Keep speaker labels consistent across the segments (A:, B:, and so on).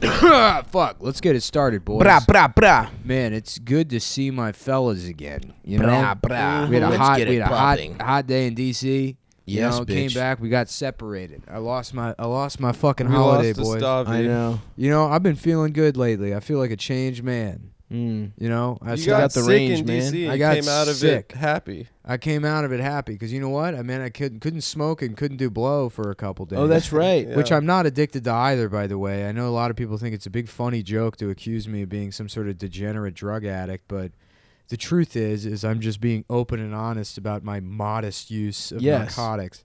A: Fuck, let's get it started, boys.
B: Bra bra bra.
A: Man, it's good to see my fellas again. You know,
B: Brah, brah.
A: we had a
B: Mm-hmm. Let's
A: hot,
B: get
A: we
B: it
A: had a hot,
B: popping.
A: hot day in DC. you
B: Yes,
A: know, came
B: bitch.
A: back. We got separated. I lost my, I lost my fucking
C: We
A: holiday,
C: lost to
A: boys.
C: Stavi.
B: I know.
A: You know, I've been feeling good lately. I feel like a changed man.
B: Mm.
A: You know, I
C: You
A: got-
C: got,
B: out the
C: sick
B: range,
C: in
B: man.
C: DC.
A: I
C: I
A: got
C: came out of
A: sick.
C: it happy.
A: I came out of it happy because you know what? I mean, I couldn't couldn't smoke and couldn't do blow for a couple days.
B: Oh, that's right.
C: Yeah.
A: Which I'm not addicted to either, by the way. I know a lot of people think it's a big funny joke to accuse me of being some sort of degenerate drug addict, but the truth is, is I'm just being open and honest about my modest use of
B: Yes.
A: narcotics.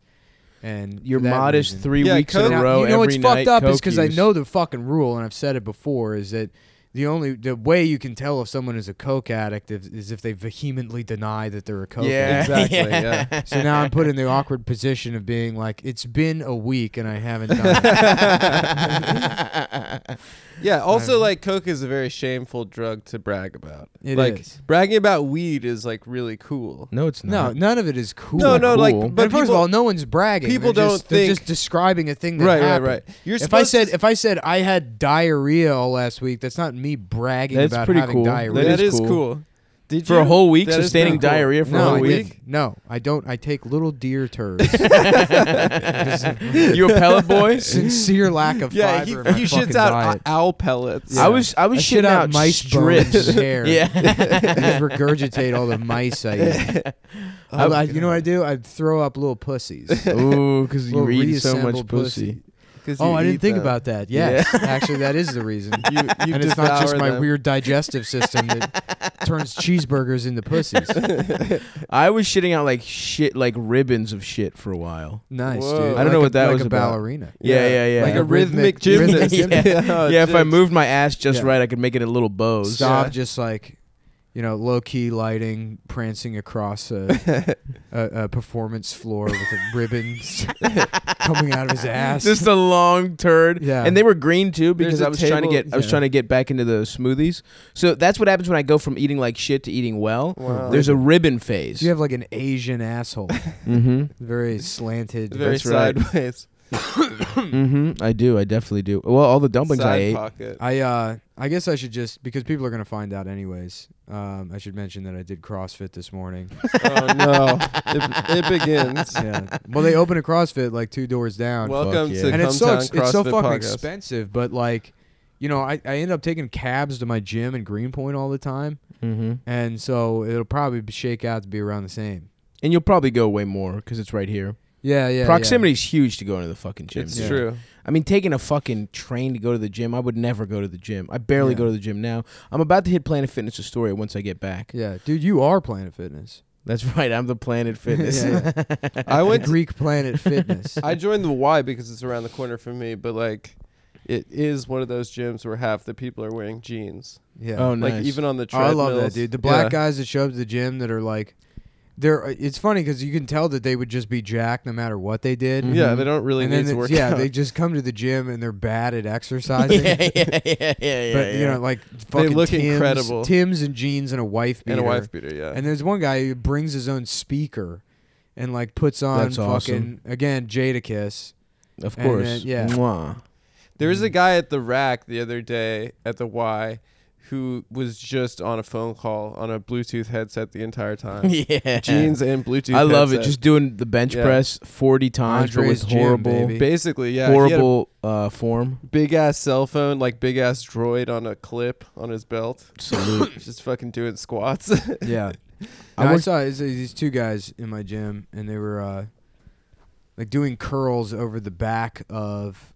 A: And
B: Your
A: for that
B: modest
A: reason-
B: three
C: Yeah,
B: weeks in
C: coke-
B: a
A: Now,
B: row
A: You know what's
B: every
A: fucked
B: night,
A: up is
B: coke
A: because I
B: use.
A: know the fucking rule, and I've said it before, is that the only the way you can tell if someone is a coke addict is, is if they vehemently deny that they're a coke
B: Yeah.
A: addict.
C: Exactly.
B: Yeah.
C: Yeah.
A: So now I'm put in the awkward position of being like, it's been a week and I haven't done it.
C: Yeah. Also,
A: Um,
C: like coke is a very shameful drug to brag about.
A: It
C: like
A: is.
C: bragging about weed is like really cool.
B: no, it's
A: No,
B: not.
A: none of it is cool.
C: No, no, like,
A: Cool.
C: but
A: And first of
C: people-
A: all, no one's bragging.
C: people
A: They're just,
C: don't
A: they're
C: think-
A: just describing a thing that
C: Right, right,
A: happened.
C: right. You're
A: if I
C: supposed
A: said
C: to-
A: if I said I had diarrhea all last week, that's not me bragging
B: That's
A: about
B: pretty
A: having
B: cool.
A: diarrhea.
B: That
C: that
B: is
C: is,
B: cool.
C: cool. Did
B: for a
C: you?
B: whole week
C: That is
B: sustaining
C: pretty cool.
B: diarrhea for
A: no,
B: a
A: I
B: whole week.
A: didn't. No, I don't. I take little deer turds.
B: you a pellet boy?
A: Sincere lack of
C: Yeah, he,
A: fiber. in my
C: he
A: fucking
C: shits out
A: diet.
C: o- owl pellets.
A: Yeah.
B: I was I was
A: I
B: shitting
A: shit out mice
B: strips.
A: bones and hair.
B: yeah.
A: I just regurgitate all the mice I eat. I, I- you know what I do? I throw up little pussies.
B: Ooh, because you
A: Little
B: were eating so much
A: reassembled
B: pussy.
C: 'Cause
A: Oh,
C: you
A: I
C: eat
A: didn't think
C: them.
A: about that. Yes, actually, that is the reason.
C: You, you
A: and it's not just
C: devour
A: my
C: them.
A: weird digestive system that turns cheeseburgers into pussies.
B: I was shitting out like shit, like ribbons of shit for a while.
A: Nice,
C: Whoa.
A: dude.
C: I don't
A: Like
B: know
A: a-
B: what that
A: like
B: was
A: a
B: about.
A: ballerina.
B: Yeah, yeah, yeah.
C: Like a rhythmic
A: rhythmic-
C: gymnast.
B: yeah.
C: Oh,
B: yeah, if I
C: shit.
B: moved my ass just
A: Yeah.
B: right, I could make it a little bow.
A: Stop,
C: Yeah.
A: just like you know, low key lighting, prancing across a, a, a performance floor with a ribbons coming out of his ass.
B: Just a long turd.
A: Yeah.
B: And they were green too because
C: There's a
B: I was trying to
C: table-
B: get I was
A: yeah.
B: trying to get back into the smoothies. So that's what happens when I go from eating like shit to eating well.
C: Wow.
B: There's a ribbon phase.
A: you have like an Asian asshole,
B: mm-hmm.
A: very slanted.
C: very
B: That's right.
C: sideways.
B: mm-hmm. I do. I definitely do. Well, all the dumplings I
C: Side
B: ate.
C: pocket.
A: I uh, I guess I should just because people are gonna find out anyways. Um, I should mention that I did CrossFit this morning.
C: oh no! It, it begins.
A: yeah. Well, they open a CrossFit like two doors down.
C: Welcome
B: yeah.
C: to
A: and
C: Cometown
A: it's so ex-
C: CrossFit
A: it's so fucking
C: podcast.
A: expensive, but like, you know, I I end up taking cabs to my gym in Greenpoint all the time,
B: Mm-hmm.
A: and so it'll probably be- shake out to be around the same.
B: And you'll probably go way more because it's right here.
A: Yeah, yeah. yeah.
B: Proximity's huge to go into the fucking gym.
C: It's
B: dude.
A: Yeah.
C: true.
B: I mean, taking a fucking train to go to the gym, I would never go to the gym. I barely
A: Yeah.
B: go to the gym now. I'm about to hit Planet Fitness Astoria once I get back.
A: Yeah, dude, you are Planet Fitness.
B: That's right. I'm the Planet Fitness.
A: Yeah,
C: I went. To,
A: Greek Planet Fitness.
C: I joined the Y because it's around the corner from me, but like, it is one of those gyms where half the people are wearing jeans.
A: yeah.
B: Oh, nice.
C: Like even on the
A: Oh, I
C: treadmills.
A: love that, dude. The black
C: Yeah.
A: guys that show up to the gym that are like, they're. uh, It's funny because you can tell that they would just be jacked no matter what they did.
B: Mhm.
C: Mm-hmm. Yeah, they don't really
A: Mm-hmm. And
C: need
A: then
C: to
A: it's-
C: work
A: yeah,
C: out.
A: they just come to the gym and they're bad at exercising.
B: yeah, yeah, yeah, yeah,
A: But you
B: yeah.
A: know, like fucking
C: look
A: Tim's,
C: incredible.
A: Tim's and jeans and a wife beater.
C: and a wife beater. Yeah.
A: And there's one guy who brings his own speaker, and like puts on
B: That's
A: fucking
B: awesome.
A: again Jadakiss.
B: of
A: and
B: course.
A: then- yeah.
B: Mwah.
C: there was a guy at the rack the other day at the Y, who was just on a phone call on a Bluetooth headset the entire time.
B: yeah.
C: Jeans and Bluetooth.
B: I love it.
C: headset.
B: Just doing the bench
C: Yeah.
B: press 40 times, but
A: Andre's
B: with
A: gym,
B: horrible,
A: baby.
C: basically yeah. he had a
B: horrible uh, form.
C: big ass cell phone, like big ass droid on a clip on his belt.
B: Salute.
C: Just fucking doing squats.
A: Yeah,
B: I
A: I, I
B: worked-
A: saw these- these two guys in my gym, and they were uh, like doing curls over the back of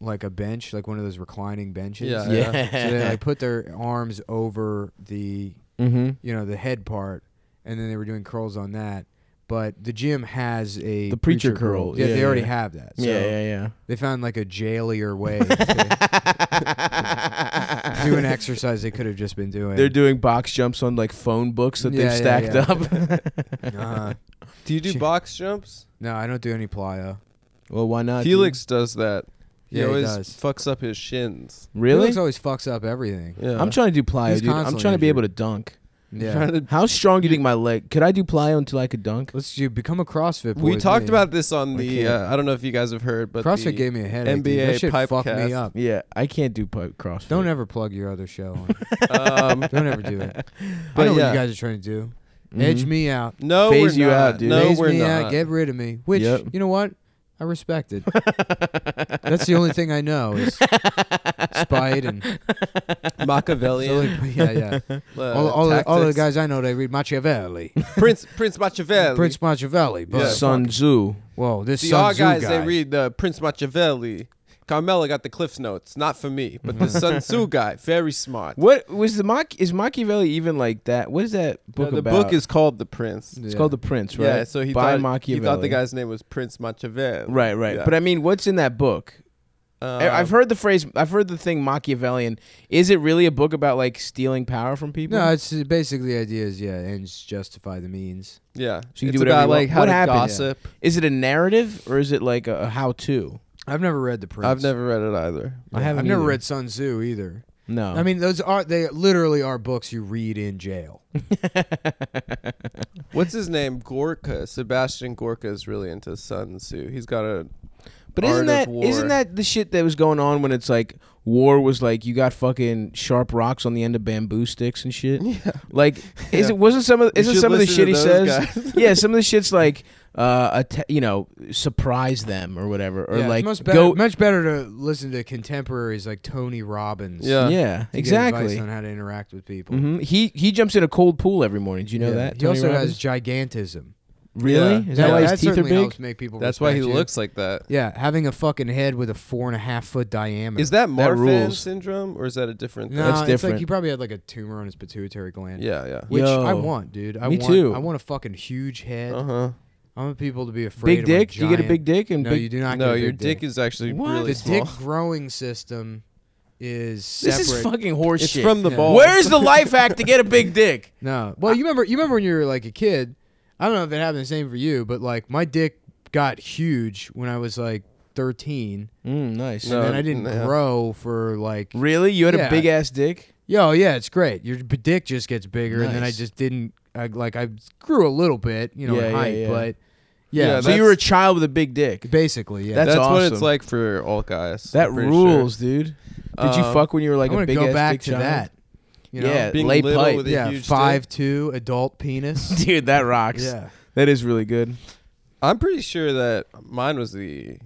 A: like a bench, like one of those reclining benches.
C: Yeah.
B: yeah.
A: So they like put their arms over the
B: mm-hmm.
A: you know the head part, and then they were doing curls on that. But the gym has a
B: The preacher curl.
A: Yeah,
B: Yeah,
A: they already
B: yeah.
A: have that. So
B: yeah, yeah, yeah.
A: They found like a jailier way to do an exercise they could have just been doing.
B: They're doing box jumps on like phone books that
A: Yeah,
B: they've
A: yeah,
B: stacked
A: yeah.
B: up.
A: Uh,
C: do you do
A: Shit.
C: box jumps?
A: no, I don't do any plyo.
B: well, why not? dude?
C: Felix does that. He
A: Yeah, he
C: always
A: does.
C: fucks up his shins.
B: really?
A: Felix always fucks up everything.
C: Yeah.
B: I'm trying to do plyo,
A: He's
B: dude. I'm
A: constantly
B: trying to be
A: injured.
B: able to dunk.
A: Yeah.
C: Trying to-
B: How strong do you think my leg? Could I do plyo until I could dunk?
A: Let's do become a CrossFit. Boy,
C: we talked
A: man.
C: about this on
A: I
C: the.
A: can't.
C: Uh, I don't know if you guys have heard, but
A: CrossFit
C: the-
A: gave me a headache. dude.
C: NBA
A: that shit fucked
C: pipecast.
A: me up.
B: Yeah, I can't do pi- CrossFit.
A: Don't ever plug your other show. On.
C: um,
A: Don't ever do it. I
C: But
A: know what
C: yeah.
A: you guys are trying to do.
B: Mhm.
A: Edge me out.
C: no,
B: Phase
C: we're
B: you
C: not.
B: out, dude.
C: No,
A: Phase
C: we're
A: me
C: not.
A: out. Get rid of me. Which
B: Yep.
A: you know what? I respect it. That's the only thing I know is spite and
C: Machiavellian.
A: yeah, yeah.
C: uh,
A: all, all, the, all the
C: tactics.
A: guys I know, they read Machiavelli,
C: Prince Prince Machiavelli.
A: Prince Machiavelli. But
C: Yeah.
B: Sun Tzu.
A: whoa, this
C: See,
A: Sun
C: our
A: Tzu
C: guys
A: guy.
C: they read the Prince Machiavelli. Carmela got the Cliff's Notes, not for me, but the Sun Tzu guy, very smart.
B: What was the Mach? Is Machiavelli even like that? What is that book
C: Uh, the
B: about?
C: book is called The Prince.
B: it's
A: Yeah.
B: called The Prince, right?
C: Yeah, so he
B: by
C: thought
B: Machiavelli.
C: he thought the guy's name was Prince Machiavelli.
B: Right, right.
C: Yeah.
B: But I mean, what's in that book?
C: Um,
B: I- I've heard the phrase. I've heard the thing Machiavellian. Is it really a book about like stealing power from people?
A: No, it's uh, basically the idea is yeah, ends justify the means.
C: Yeah,
B: So you
C: it's
B: do whatever
C: about
B: you want.
C: like how
B: What
C: to
B: happened?
C: gossip.
B: Is it a narrative or is it like a, a how-to?
A: I've never read the Prince.
C: I've never read it either.
B: I haven't.
A: I've never
B: either. Oh.
A: read Sun Tzu either.
B: No.
A: I mean, those are they literally are books you read in jail.
C: What's his name? Gorka. Sebastian Gorka is really into Sun Tzu. He's got a
B: But
C: Art
B: isn't
C: of
B: that
C: war.
B: not that the shit that was going on when it's like war was like you got fucking sharp rocks on the end of bamboo sticks and shit?
C: yeah.
B: Like is
C: Yeah.
B: it wasn't some of
C: We
B: isn't
C: should
B: some of the
C: listen to
B: shit he
C: those
B: says?
C: guys.
B: yeah, some of the shit's like uh atta- you know, surprise them or whatever or
A: Yeah, it's
B: like
A: much better,
B: go
A: much better to listen to contemporaries like Tony Robbins.
C: Yeah.
B: Yeah,
A: uh, to get
B: exactly.
A: advice on how to interact with people.
B: hmm He he jumps in a cold pool every morning. Do you know
A: Yeah.
B: that?
A: he
B: Tony
A: also
B: Robbins?
A: has gigantism.
B: really?
C: Yeah.
B: Is that
A: Yeah,
B: why
A: that
B: his teeth are
A: certainly
B: big?
A: Helps make people
C: That's why he
A: respect you.
C: looks like that.
A: Yeah, having a fucking head with a four and a half foot diameter.
C: Is that Marfan
B: rules.
C: syndrome or is that a different
A: no,
B: that's
A: it's
B: different.
A: like he probably had like a tumor on his pituitary gland.
C: thing? Yeah, yeah.
A: Which I
B: Yo.
A: want, dude. I
B: Me
A: want,
B: too.
A: I want a fucking huge head.
C: Uh huh.
A: I want people to be afraid.
B: Big
A: of a
B: dick? Do you get a
A: giant-
B: big dick and
A: No,
B: big
A: you do not.
C: No,
A: get a
C: your
A: big
C: dick, is actually
B: What?
C: really
A: the
C: small.
A: dick growing system is separate.
B: This is fucking horseshit.
C: It's from the
A: Yeah.
C: ball.
B: Where's the life hack to get a big dick?
A: No. Well, you remember you remember when you were like a kid. I don't know if it happened the same for you, but like my dick got huge when I was like 13,
B: Mm, nice.
C: No.
A: and then I didn't
C: no.
A: grow for like
B: Really? You had
A: Yeah.
B: a big ass dick?
A: Yo, yeah, it's great. Your b- dick just gets bigger, and then I
B: Nice.
A: just didn't. I, like I grew a little bit, you know,
B: Yeah,
A: in
B: yeah,
A: height,
B: yeah.
A: but
C: Yeah,
A: yeah,
B: so you were a child with a big dick.
A: basically, yeah.
B: That's
C: That's what it's
B: awesome.
C: like for all guys.
B: That
C: I'm pretty
B: rules, dude. Did
C: sure.
B: you
C: Um,
B: fuck when you were like
A: I'm
B: a
A: gonna
B: big
A: go
B: ass
A: back
B: dick
A: to
B: child?
A: that. You know?
B: yeah,
C: Being
B: lay
C: little
B: pipe.
C: with a
A: yeah,
C: huge dick?
A: five two adult penis.
B: dude, that rocks.
A: yeah,
B: That is really good.
C: I'm pretty sure that mine was the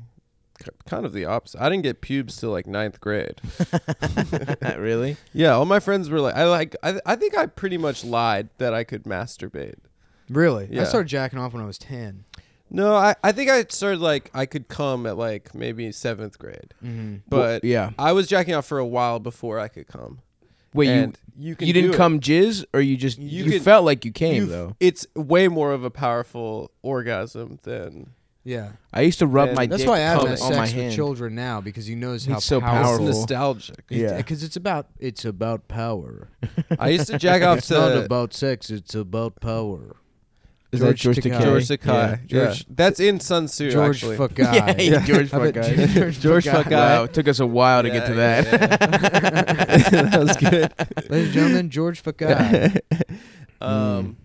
C: kind of the opposite. I didn't get pubes till like ninth grade.
B: really?
C: Yeah, all my friends were like, I like, I, I think I pretty much lied that I could masturbate.
A: really. I
C: Yeah.
A: started jacking off when I was ten.
C: No, I, I think I started like I could come at like maybe seventh grade,
A: Mm-hmm.
C: but
B: Well, yeah.
C: I was jacking off for a while before I could come.
B: Wait, you
C: And you can
B: you didn't
C: do it.
B: come jizz or you just
C: You
B: you,
C: can-
B: felt like you came
C: You f-
B: though.
C: It's way more of a powerful orgasm than
A: Yeah,
B: I used to rub
C: And
B: my
A: that's
B: dick
A: why Adam
B: cum
A: has
B: on my
A: sex with
B: hand.
A: children now because he knows how
B: It's so
C: it's
B: Powerful.
C: nostalgic.
B: Yeah.
A: because it's about it's about power.
C: I used to jack off
A: It's not
C: to
A: about sex. It's about power.
B: Is that
A: George
B: George
A: Takei.
B: Takei?
C: George Sakai.
B: Yeah.
C: Yeah.
A: George-
C: That's in Sun Tzu.
A: George
C: actually.
A: fuck
B: Yeah,
A: guy.
B: yeah, George
A: I bet-
B: Fuckai.
A: George,
C: George
A: Fuckai.
C: Fuckai.
B: Wow, it took us a while to get to
C: Yeah,
B: that.
C: yeah, yeah. that was good.
A: Ladies and gentlemen, George Fakai.
B: Mm.
C: Um,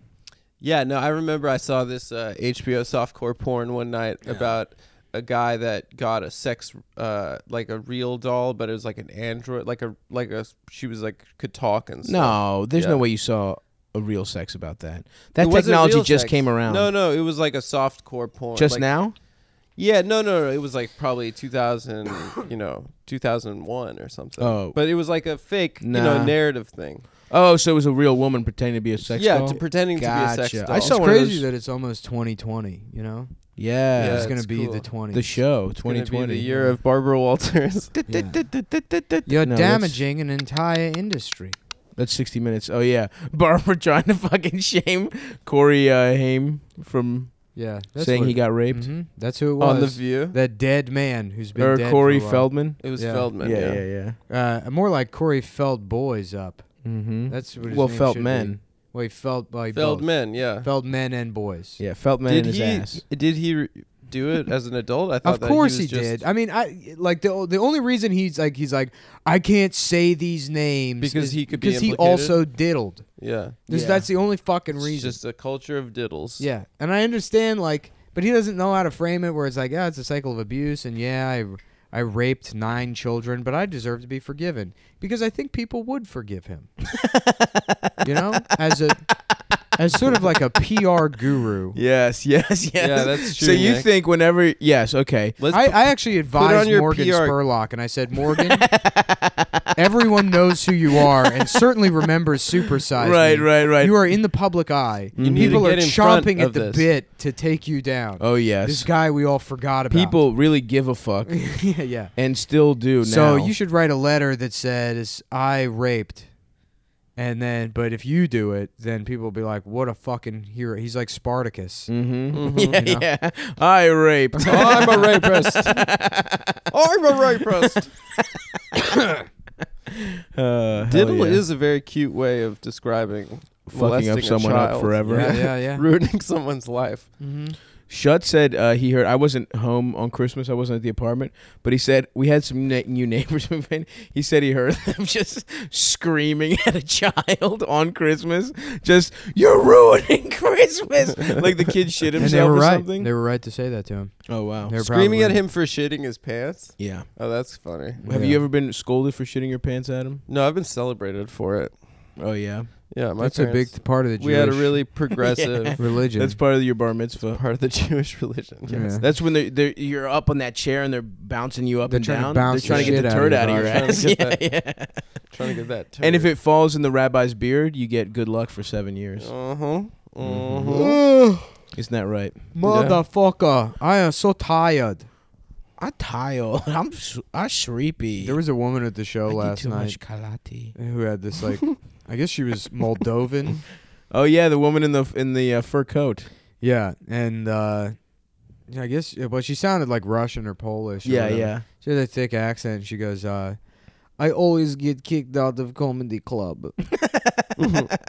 C: Yeah, no, I remember I saw this uh, HBO softcore porn one night about a guy that got a sex, uh, like a real doll, but it was like an android, like a like a she was like could talk and stuff.
B: No, there's
C: Yeah.
B: no way you saw a real sex about that. That
C: It wasn't
B: technology
C: real
B: just
C: sex.
B: came around.
C: No, no, it was like a softcore porn.
B: just
C: like-
B: now.
C: Yeah, no, no, no, it was like probably 2000, you know, 2001 or something.
B: Oh.
C: but it was like a fake, you know,
B: Nah.
C: narrative thing.
B: Oh, so it was a real woman pretending to be a sex
C: yeah,
B: doll?
C: to pretending to be a sex
B: Gotcha.
C: doll.
B: I
A: It's
B: saw one of
A: crazy
B: those-
A: that it's almost 2020. You know,
B: yeah.
C: Yeah.
A: it's gonna
C: it's
A: be
C: cool.
A: the
C: The
A: 20.
B: The show
C: Gonna be
B: 2020.
C: the year of Barbara Walters.
A: Yeah.
B: You're
A: You're damaging an entire industry.
B: That's 60 minutes. Oh yeah, Barbara trying to fucking shame Corey uh, Haim from
A: Yeah,
B: saying
A: what-
B: he got raped,
A: Mhm, That's who it was.
C: on the View.
A: that dead man who's been
B: or
A: dead
B: Corey
A: for a while.
B: Feldman.
C: It was
A: Yeah.
C: Feldman.
B: yeah, yeah, yeah.
A: Uh, more like Corey Feld boys up.
B: Mm-hmm.
A: That's what his
B: well,
A: name
B: felt
A: should be.
B: men.
A: Well, he felt like both.
C: Feldman. Yeah.
A: Feld men and boys.
B: Yeah, felt men
C: did
B: in his
C: he?
B: ass.
C: Did he? do it as an adult? I thought
A: Of
C: that
A: course
C: he,
A: he,
C: was just-
A: did. I mean, I like the the only reason he's like he's like I can't say these names
C: Because
A: is
C: he could be
A: because he
C: implicated?
A: also diddled.
C: Yeah,
A: This,
B: Yeah.
A: That's the only fucking
C: it's
A: reason.
C: just a culture of diddles.
A: Yeah, and I understand like, but he doesn't know how to frame it. Where it's like, yeah, it's a cycle of abuse, and yeah, I, I raped nine children, but I deserve to be forgiven because I think people would forgive him. you know, as a, as sort of like a PR guru.
B: Yes, yes, yes.
C: Yeah, that's
B: So
C: true,
B: you
C: Nick.
B: think whenever yes, okay.
C: Let's
A: I, I actually advised
C: your
A: Morgan
C: PR.
A: Spurlock, and I said, Morgan, everyone knows who you are, and certainly remembers Supersize. Me.
B: Right, right, right.
A: You are in the public eye.
B: You need to
A: People are
C: get in front
A: chomping at
C: of
A: the
C: this.
A: bit to take you down.
B: oh yes.
A: This guy we all forgot about.
B: People really give a fuck
A: yeah, yeah.
B: and still do
A: So
B: now.
A: you should write a letter that says I raped, and then but if you do it, then people will be like, "What a fucking hero!" He's like Spartacus.
B: Mm-hmm.
C: Mhm.
B: Yeah,
A: You know?
B: yeah. I raped.
C: Oh, I'm a rapist. I'm a rapist.
A: Oh,
B: Uh, hell
C: Diddle
B: yeah.
C: is a very cute way of describing
B: fucking up
C: molesting a
B: someone up
C: child.
B: forever.
A: Yeah, yeah, yeah.
C: ruining someone's life.
A: hmm
B: Shut said uh, he heard I wasn't home on Christmas. I wasn't at the apartment, but he said we had some ne- new neighbors move in. He said he heard them just screaming at a child on Christmas, just "You're ruining Christmas!" like the kid shit
A: And
B: himself
A: they were
B: or
A: right.
B: something.
A: They were right to say that to him.
B: oh wow!
A: They were
C: Screaming
A: probably-
C: at him for shitting his pants.
B: Yeah.
C: Oh, that's funny.
B: Have
A: Yeah.
B: you ever been scolded for shitting your pants, Adam?
C: No, I've been celebrated for it.
B: Oh yeah.
C: Yeah, my
A: That's a
C: parents-
A: big th- part of the Jewish
C: We had a really progressive
A: religion.
B: That's part of your bar mitzvah.
C: part of the Jewish religion.
A: Yeah.
C: Yes.
B: That's when they're, they're you're up on that chair and they're bouncing you up
A: They're
B: and
A: trying to
B: down.
A: bounce
B: they're trying
A: the
B: to get the
A: shit out of
B: turd
A: you,
B: out of your ass.
C: dog. Trying to
B: Yeah,
C: get
B: yeah.
C: Trying to get that. Turd.
B: And if it falls in the rabbi's beard, you get good luck for seven years.
C: Uh huh.
B: Mm-hmm.
C: Uh huh.
A: Ugh,
B: Isn't that right?
A: motherfucker! I am so tired.
B: I tired. I'm s- I sleepy.
A: There was a woman at the show last night
B: kalati.
A: who had this like, I guess she was Moldovan.
B: Oh yeah, the woman in the f- in the uh, fur coat.
A: Yeah, and uh, yeah, I guess, yeah, but she sounded like Russian or Polish. or
B: yeah,
A: whatever.
B: yeah.
A: She had a thick accent. And she goes, uh, "I always get kicked out of comedy club,"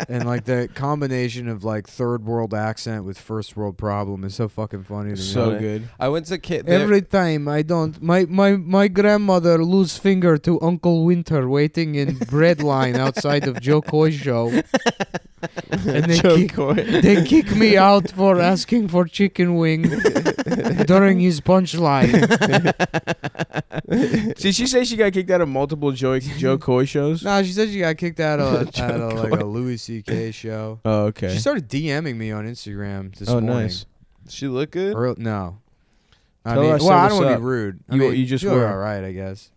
A: and like the combination of like third world accent with first world problem is so fucking funny. To me.
B: So
C: Yeah.
B: good.
C: I went to kid.
A: Every time I don't, my my my grandmother lose finger to Uncle Winter waiting in bread line outside of Joe Coy's show, and they
C: Joe
A: kick,
C: Coy.
A: they kick me out for asking for chicken wing during his punchline.
B: Did she say she got kicked out of multiple Joe Joe Coy shows?
A: no, she said she got kicked out of, out of like a Louis C.K. show.
B: Oh okay.
A: She started DMing me on Instagram this
B: Oh
A: morning.
B: nice.
C: she look good.
A: Earl- no. I
B: Tell
A: mean,
B: us
A: well, I
B: what's
A: don't want to
B: up.
A: be rude. I
B: You-
A: mean,
B: you just
A: you're
B: were.
A: all right, I guess.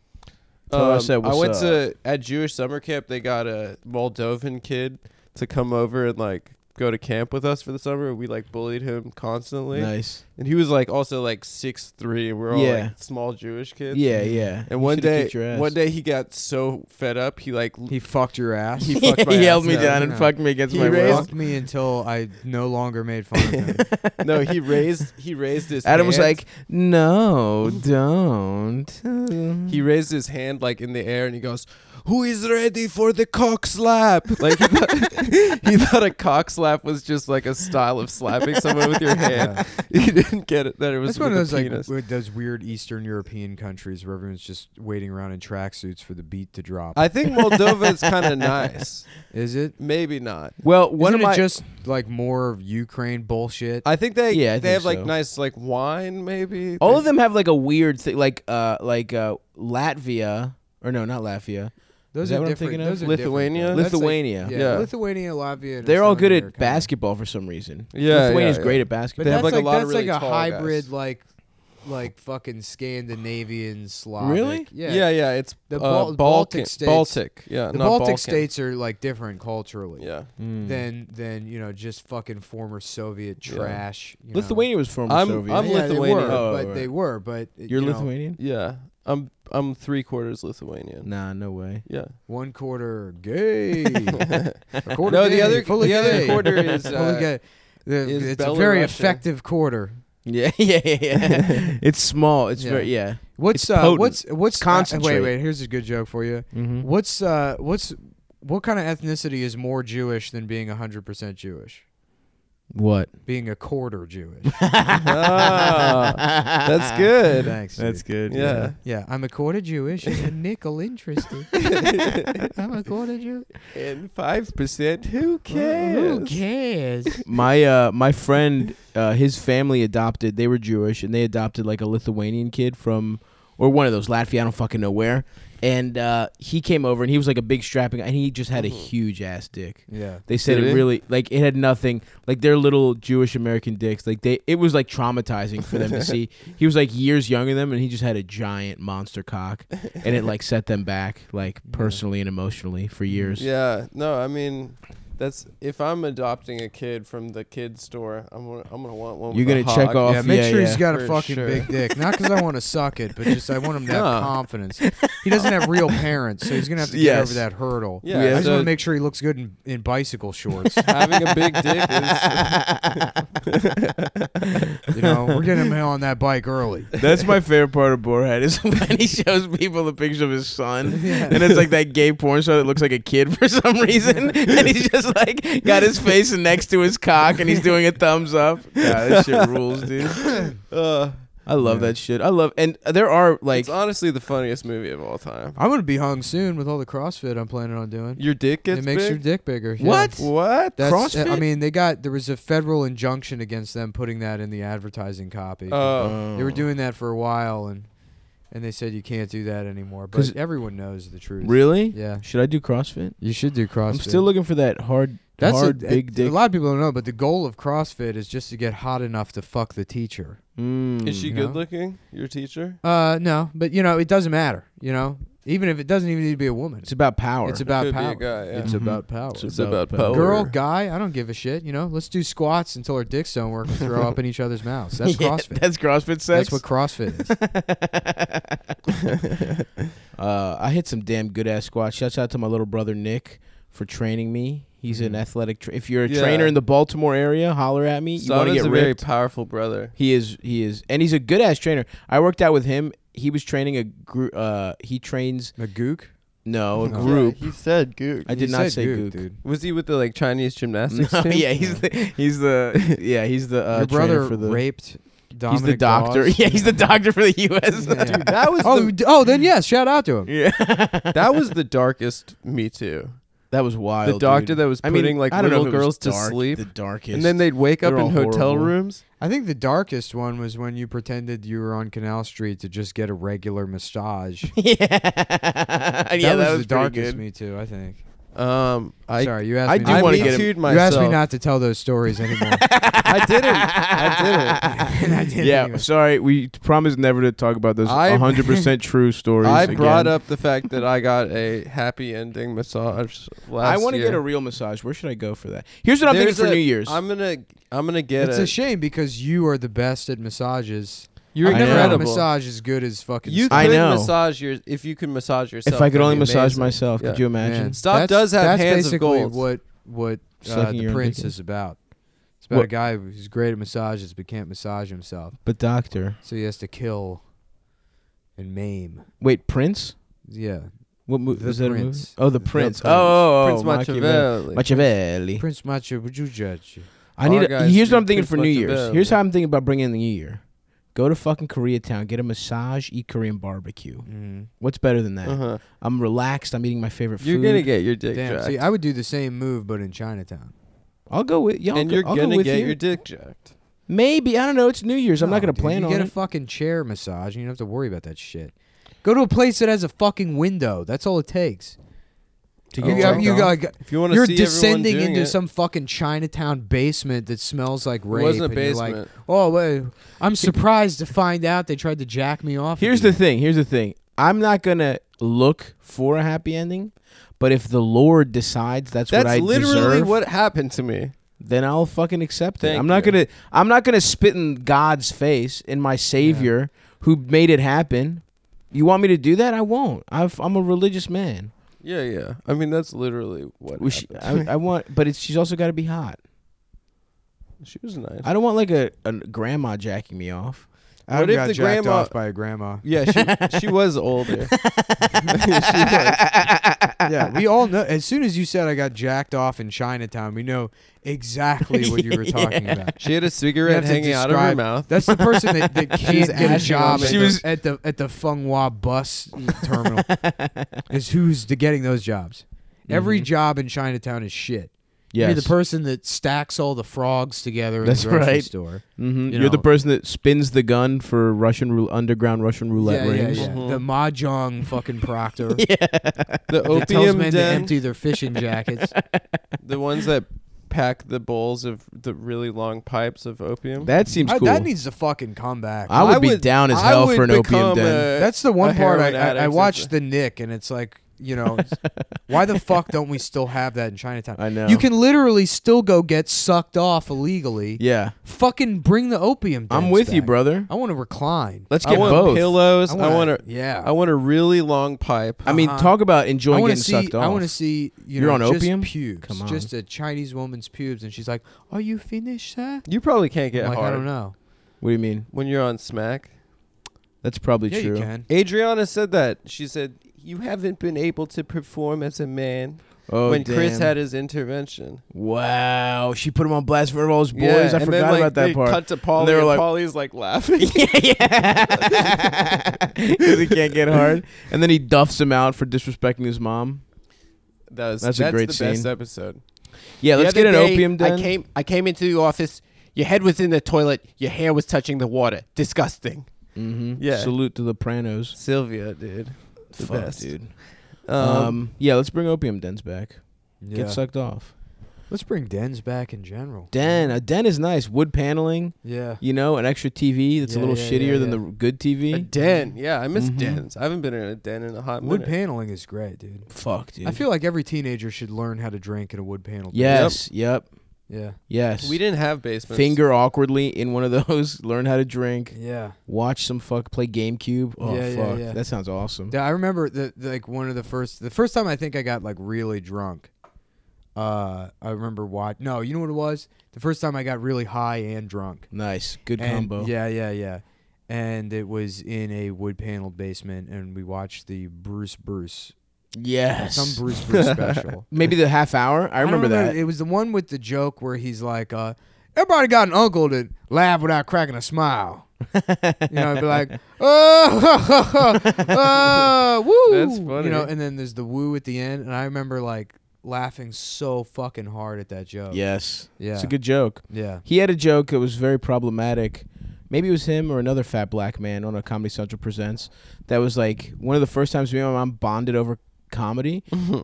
B: Tell us that
C: Um, I
B: what's
C: went
B: up.
C: to at Jewish summer camp. They got a Moldovan kid to come over and like go to camp with us for the summer. We like bullied him constantly,
B: Nice.
C: and he was like also like six three. We're all
B: Yeah.
C: like small Jewish kids.
B: Yeah, yeah.
C: And
B: You
C: one
B: should've
C: day,
B: kicked your ass.
C: one day he got so fed up, he like
A: He fucked your ass.
C: He
B: he,
C: fucked my
B: held
C: ass
B: me
C: up.
B: down and
A: Yeah.
B: fucked me against
C: He
B: my
C: raised-
B: will.
A: fucked me until I no longer made fun of him.
C: no, he raised he raised his.
B: Adam was
C: hand.
B: like, "No, don't."
C: He raised his hand like in the air and he goes, "Who is ready for the cock slap?" Like he thought, he thought a cock slap was just like a style of slapping someone with your hand. He didn't get it that it was
A: That's one of
C: with
A: those
C: a
A: like
C: penis.
A: w- those weird Eastern European countries where everyone's just waiting around in tracksuits for the beat to drop.
C: I think Moldova is kind of nice.
A: Is it?
C: Maybe not.
B: well, one
A: Isn't
B: of
A: it
B: my
A: just like more of Ukraine bullshit?
C: I think they
B: Yeah, I
C: they
B: think
C: have like
B: so.
C: nice like wine maybe.
B: all
C: They-
B: of them have like a weird thing, like uh, like uh, Latvia or no, not Latvia.
A: those
B: is that
A: are
B: what I'm
A: different.
B: thinking of?
A: those are different,
C: Lithuania?
A: though. Uh, That's, like-
B: Lithuania.
A: yeah,
C: Yeah.
A: Lithuania, Latvia. and
B: They're all
A: Estonia
B: good
A: are
B: at
A: kinda-
B: basketball for some reason.
C: Yeah,
B: Lithuania's
C: yeah,
B: great
C: yeah.
B: at
A: But
B: basketball.
C: They
A: that's
C: have, like, a
A: like
C: lot of
A: that's
C: really
A: like a
C: tall guys.
A: hybrid like like fucking Scandinavian Slavic.
B: Really?
A: Yeah.
C: Yeah, yeah, it's
A: The
C: uh,
A: Bal-
C: Balkan-
A: Baltic states-
C: Baltic. Yeah,
A: The
C: not
A: Baltic
C: Balkan.
A: states are like different culturally.
C: Yeah.
B: hmm.
C: Mm.
A: than than you know just fucking former Soviet
C: Yeah.
A: trash. you know.
B: Lithuania was former
C: I'm-
B: Soviet.
C: I'm-
A: yeah,
C: Lithuanian.
A: They were,
B: Oh,
A: but
B: right.
A: they were, but uh,
B: You're
A: you know,
B: Lithuanian?
C: Yeah. I'm I'm 3 quarters Lithuanian.
B: Nah, no way.
C: Yeah.
A: one quarter gay. A quarter
C: no, the
A: gay,
C: other
A: fully
C: the other
A: gay.
C: quarter is
A: Fully
C: uh,
A: gay. The-
C: is
A: it's a very
C: Belarusian.
A: effective quarter.
B: Yeah, yeah, yeah. yeah. it's small. It's
A: Yeah.
B: very yeah.
A: What's
B: It's
A: uh,
B: potent.
A: what's what's
B: It's
A: uh,
B: concentrate.
A: wait, wait. Here's a good joke for you.
B: Mm-hmm.
A: What's uh, what's what kind of ethnicity is more Jewish than being hundred percent Jewish?
B: What?
A: being a quarter Jewish.
C: that's good.
A: Thanks.
B: That's
A: dude.
B: good.
C: Yeah.
A: Yeah, I'm a quarter Jewish and a nickel interested. I'm a quarter Jewish.
C: And five percent. Who
A: Who
C: cares?
A: cares?
B: My uh my friend uh his family adopted they were Jewish and they adopted like a Lithuanian kid from or one of those Latvia I don't fucking know where and uh he came over and he was like a big strapping and he just had a huge ass dick.
A: Yeah.
B: They said
C: Mm-hmm. Did
B: it
C: he?
B: really like it had nothing like their little Jewish American dicks like they it was like traumatizing for them to see. He was like years younger than them and he just had a giant monster cock and it like set them back like personally and emotionally for years.
C: Yeah. No, I mean, that's if I'm adopting a kid from the kid store, I'm gonna, I'm gonna want one.
B: You're
C: with a
B: gonna check
C: hog.
B: off-
A: yeah, make
B: yeah,
A: sure he's
B: yeah.
A: got a
C: For
A: fucking
C: sure.
A: big dick. Not because I want to suck it, but just I want him to have
C: No.
A: confidence. He doesn't have real parents, so he's gonna have to get
B: Yes.
A: over that hurdle.
C: Yeah,
A: I just
C: so-
A: want to make sure he looks good in, in bicycle shorts.
C: Having a big dick is.
A: you know, we're getting him on that bike early.
B: That's my favorite part of Borat is when he shows people the picture of his son, and it's like that gay porn star that looks like a kid for some reason, and he's just like got his face next to his cock, and he's doing a thumbs up. God, this shit rules, dude.
C: Uh,
B: I love that shit. I love, and there are like,
C: it's honestly the funniest movie of all time.
A: I'm gonna be hung soon with all the CrossFit I'm planning on doing.
C: Your dick gets
A: it makes
C: big?
A: your dick bigger. yeah.
B: What?
C: What?
A: That's, uh,
B: CrossFit?
A: I mean, they got there was a federal injunction against them putting that in the advertising copy.
C: Oh.
A: they were doing that for a while, and and they said you can't do that anymore.
B: 'Cause-
A: But everyone knows the truth.
B: really.
A: Yeah,
B: Should I do CrossFit?
A: you should do CrossFit.
B: I'm still looking for that hard,
A: That's
B: hard
A: a,
B: big
A: a,
B: dick.
A: A lot of people don't know, but the goal of CrossFit is just to get hot enough to fuck the teacher.
B: Mm.
C: Is she
A: you know?
C: good looking? Your teacher?
A: Uh, no, but you know it doesn't matter. You know, even if it doesn't even need to be a woman,
B: It's about power.
A: it's about
C: Could be a
A: power.
C: guy, yeah.
A: It's
B: Mhm.
A: about power.
C: It's about power.
A: Girl,
C: Or-
A: guy, I don't give a shit. You know, let's do squats until our dicks don't work and throw up in each other's mouths. That's
B: Yeah,
A: CrossFit.
B: That's CrossFit sex.
A: That's what CrossFit is.
B: uh, I hit some damn good ass squats. Shouts out to my little brother Nick for training me. He's an
A: Mhm.
B: athletic. Tra- if you're a
C: Yeah.
B: trainer in the Baltimore area, holler at me. You want to
C: Sada's
B: get
C: a very
B: ripped?
C: powerful brother.
B: he is. He is, and he's a good ass trainer. I worked out with him. He was training a group. Uh, he trains
A: A gook?
B: no a
A: No.
B: group.
C: he said gook.
B: I did
A: He
B: not
A: said
B: say gook.
A: dude.
C: Was he with the like Chinese gymnastics
B: No,
C: team?
B: yeah, he's the he's the yeah he's the uh,
A: Your
B: trainer
A: brother
B: for the
A: raped Dominic
B: he's the doctor.
A: Dawes?
B: Yeah, he's the doctor for the U.S.
A: Yeah.
C: Dude, that was
A: Oh,
C: the,
A: d- oh, then yes, shout out to him.
B: Yeah,
C: that was the darkest Me Too.
B: that was wild.
C: the doctor
B: dude.
C: that was
B: I
C: putting
B: mean,
C: like
B: I don't know if
C: little
B: it was
C: girls to
B: dark,
C: sleep,
B: The darkest.
C: and then they'd wake up
B: They're
C: in
B: all
C: hotel
B: horrible.
C: rooms.
A: I think the darkest one was when you pretended you were on Canal Street to just get a regular massage.
B: yeah, yeah, that was
A: the darkest
B: Good.
A: me too. I think.
C: Um, I
A: Sorry, you asked
B: I
A: me.
B: do
A: not
C: I
B: wanna
A: to
B: get him-
A: tell-
C: Me Too'd
A: You asked me
C: myself.
A: not to tell those stories anymore.
C: I didn't. I didn't.
A: And I didn't
B: yeah,
A: even-
B: sorry. We promised never to talk about those
C: I-
B: 100% true stories.
C: I brought
B: again.
C: up the fact that I got a happy ending massage last.
B: I want to
C: year.
B: get a real massage. Where should I go for that? Here's what I'm thinking
C: There's
B: for
C: a-
B: New Year's.
C: I'm gonna. I'm gonna get
A: It's
C: a.
A: a shame because you are the best at massages.
C: you're
A: I've
B: I
A: never had a
B: know.
C: incredible.
A: massage as good as fucking.
C: You could
A: Steve's.
B: I know.
C: massage your if you could massage yourself.
B: if I could
C: that'd
B: only
C: be
B: massage
C: amazing.
B: myself,
C: Yeah.
B: could you imagine?
A: Man,
C: Stop
A: that's-
C: does have
A: that's
C: hands of
A: basically
C: gold.
A: What what uh,
B: Sucking your
A: the
B: own
A: Prince
B: dick
A: is about? It's about a
B: What-
A: guy who's great at massages but can't massage himself,
B: But doctor,
A: so he has to kill and maim.
B: wait, Prince?
A: Yeah,
B: What mo-
A: The
B: was that
A: Prince.
B: a movie? Oh, the
A: The Prince.
B: Prince. Oh, oh, oh,
C: Prince
B: oh,
C: Machiavelli.
B: Machiavelli.
A: Prince Macho, would you judge?
B: I need.
C: Our
B: A,
C: guys
B: here's what
C: do
B: I'm thinking
C: Prince
B: for New Year's.
C: Machiavelli.
B: Here's how I'm thinking about bringing in the New Year. Go to fucking Koreatown, get a massage, eat Korean barbecue.
A: Mm-hmm.
B: What's better than that?
C: Uh-huh.
B: I'm relaxed. I'm eating my favorite
C: You're
B: food.
C: gonna get your dick
A: Damn.
C: jacked,
A: See, I would do the same move, but in Chinatown.
B: I'll go with y'all.
C: and
B: go-
C: you're
B: I'll go
C: gonna
B: with
C: get
B: you.
C: your dick jacked.
B: Maybe I don't know. It's New Year's. I'm not
A: No,
B: gonna
A: dude,
B: plan
A: you
B: on
A: get
B: it.
A: a fucking chair massage, and you don't have to worry about that shit. Go to a place that has a fucking window. That's all it takes.
B: to
A: You,
B: get
A: got-
B: jacked
A: you
B: off.
A: got- got-
C: If you want to
A: you're
C: see
A: descending
C: everyone doing
A: into
C: it,
A: some fucking Chinatown basement that smells like
C: it
A: rape.
C: wasn't a
A: and you're like,
C: basement.
A: oh, wait, I'm surprised to find out they tried to jack me off.
B: Here's the
A: again."
B: thing. Here's the thing. I'm not gonna look for a happy ending, but if the Lord decides that's,
C: That's
B: what I
C: literally
B: deserve,
C: what happened to me.
B: then I'll fucking accept it.
C: Thank
B: I'm not
C: you.
B: gonna. I'm not gonna spit in God's face in my Savior who made it happen. You want me to do that? I won't. I've, I'm a religious man.
C: Yeah, yeah. I mean, that's literally what.
B: We sh-
C: happened to
B: I,
C: me.
B: I want, but it's, she's also got to be hot.
C: she was nice.
B: I don't want like a, a grandma jacking me off.
A: Adam
C: What if
A: got
C: the
A: jacked
C: grandma-
A: off by a grandma?
C: yeah, she she was older.
A: yeah, yeah, we all know. As soon as you said I got jacked off in Chinatown, we know exactly what you were talking about.
C: She had a cigarette
A: You have to
C: hanging out of her
A: describe-
C: mouth.
A: That's the person that, that
C: was
A: can't get a
C: asking
A: job
C: about
A: at,
B: it. She
A: the-
B: was-
A: at the at the Fenghua bus terminal. is who's to getting those jobs? Every
B: Mhm.
A: job in Chinatown is shit.
B: Yes.
A: You're the person that stacks all the frogs together in
B: That's
A: the grocery
B: right.
A: store.
B: Mhm.
A: you
B: You're the
A: know.
B: person that spins the gun for Russian roul- underground Russian roulette
A: yeah, yeah,
B: rings.
A: yeah.
C: Mhm.
A: The mahjong fucking proctor.
C: The
A: that tells
C: opium
A: men to
C: den,
A: empty their fishing jackets.
C: the ones that pack the bowls of the really long pipes of opium.
B: That seems
A: I-
B: cool.
A: that needs to fucking come back.
B: I would
C: I
B: be
C: would-
B: down as
C: I
B: hell
C: would
B: for an opium
C: become
B: den.
C: a-
A: That's the one
C: a
A: part
C: heroin
A: I, I, I
C: addict
A: watched
C: is-
A: the Nick, and it's like you know, why the fuck don't we still have that in Chinatown?
B: I know.
A: You can literally still go get sucked off illegally.
B: Yeah.
A: Fucking bring the opium.
B: I'm
A: dens
B: with you,
A: back.
B: brother.
A: I want to recline.
B: Let's
C: I
B: get
C: want
B: both.
C: pillows. I
A: wanna-
C: want a,
A: yeah.
C: I want a really long pipe.
B: I mean,
A: Uh-huh.
B: talk about enjoying
A: want
B: getting
A: to see.
B: sucked off.
A: I want to see. You
B: You're
A: know,
B: on
A: just
B: opium?
A: Pubes.
B: Come on.
A: Just a Chinese woman's pubes, and she's like, "Are you finished, sir?"
C: you probably can't get
A: I'm like,
C: hard
A: I don't know.
B: What do you mean?
C: when you're on smack.
B: That's probably
A: yeah,
B: true.
A: you can.
C: Adriana said that. She said you haven't been able to perform as a man
B: Oh,
C: when Chris
B: damn.
C: had his intervention.
B: Wow, she put him on blast for all his boys.
C: Yeah,
B: I
C: and
B: forgot
C: then, like,
B: about that
C: they
B: part.
C: Cut to Polly,
B: they were
C: and
B: like-
C: Polly's like laughing.
B: yeah, yeah. Because he can't get hard, and then he duffs him out for disrespecting his mom.
C: That was,
B: That's
C: that's
B: a great
C: the
B: scene.
C: best episode.
B: Yeah, let's
C: The
B: get an
C: other day,
B: opium den.
C: I came, I came into the office. Your head was in the toilet. Your hair was touching the water. Disgusting.
B: hmm
C: Yeah.
B: Salute to the Pranos.
C: Sylvia, dude. The
B: Fuck,
C: best.
B: dude.
C: Um,
B: Um, yeah, let's bring opium dens back.
A: Yeah.
B: Get sucked off.
A: Let's bring dens back in general.
B: Den, a den is nice. Wood paneling,
A: Yeah.
B: you know, an extra TV that's a
A: Yeah,
B: little
A: yeah,
B: shittier
A: yeah,
B: than
A: yeah.
B: the good TV.
C: a den. Yeah, I miss
B: Mhm.
C: dens. I haven't been in a den in a hot
A: Wood
C: minute.
A: paneling is great, dude.
B: Fuck, dude.
A: I feel like every teenager should learn how to drink in a wood panel.
B: yes, yep,
A: Yeah.
B: yes.
C: We didn't have basements.
B: finger awkwardly in one of those. Learn how to drink.
A: Yeah.
B: watch some fuck play GameCube. Oh
A: Yeah, yeah,
B: fuck,
A: yeah.
B: that sounds awesome.
A: Yeah, I remember the, the- like one of the first the first time I think I got like really drunk. Uh, I remember what? No, you know what it was? The first time I got really high and drunk.
B: Nice, good
A: And-
B: combo.
A: Yeah, yeah, yeah. And it was in a wood panel basement, and we watched the Bruce Bruce,
B: Yes,
A: some Bruce Bruce special.
B: maybe the half hour. I
A: don't
B: remember that.
A: It was the one with the joke where he's like, uh, everybody got an uncle that laughed without cracking a smile. you know, it'd be like, oh, uh, woo.
C: That's
A: You know,
C: funny.
A: and then there's the woo at the end. And I remember like laughing so fucking hard at that joke.
B: yes,
A: Yeah.
B: it's a good joke.
A: yeah.
B: He had a joke that was very problematic. Maybe it was him or another fat black man on a Comedy Central presents. That was like one of the first times me and my mom bonded over comedy.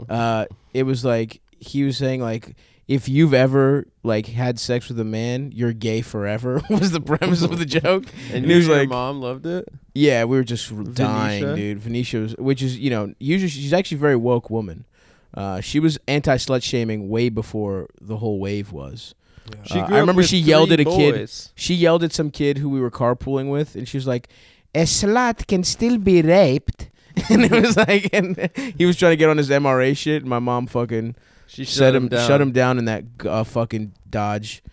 B: uh, it was like he was saying like if you've ever like had sex with a man, you're gay forever was the premise of the joke.
C: and
B: he
C: you
B: was
C: and your
B: like-
C: mom loved it.
B: Yeah, we were just r- dying,
C: Venetia?
B: dude. Venetia was, which is you know, usually she's actually a very woke woman. Uh, she was anti slut shaming way before the whole wave was.
A: Yeah.
B: She- I
C: up
B: remember
C: with
B: she yelled
C: three
B: at a kid.
C: boys.
B: She yelled at some kid who we were carpooling with, and she was like, "A slut can still be raped." and it was like, and he was trying to get on his MRA shit, and my mom fucking
C: She
B: shut him, shut him down in that uh, fucking Dodge,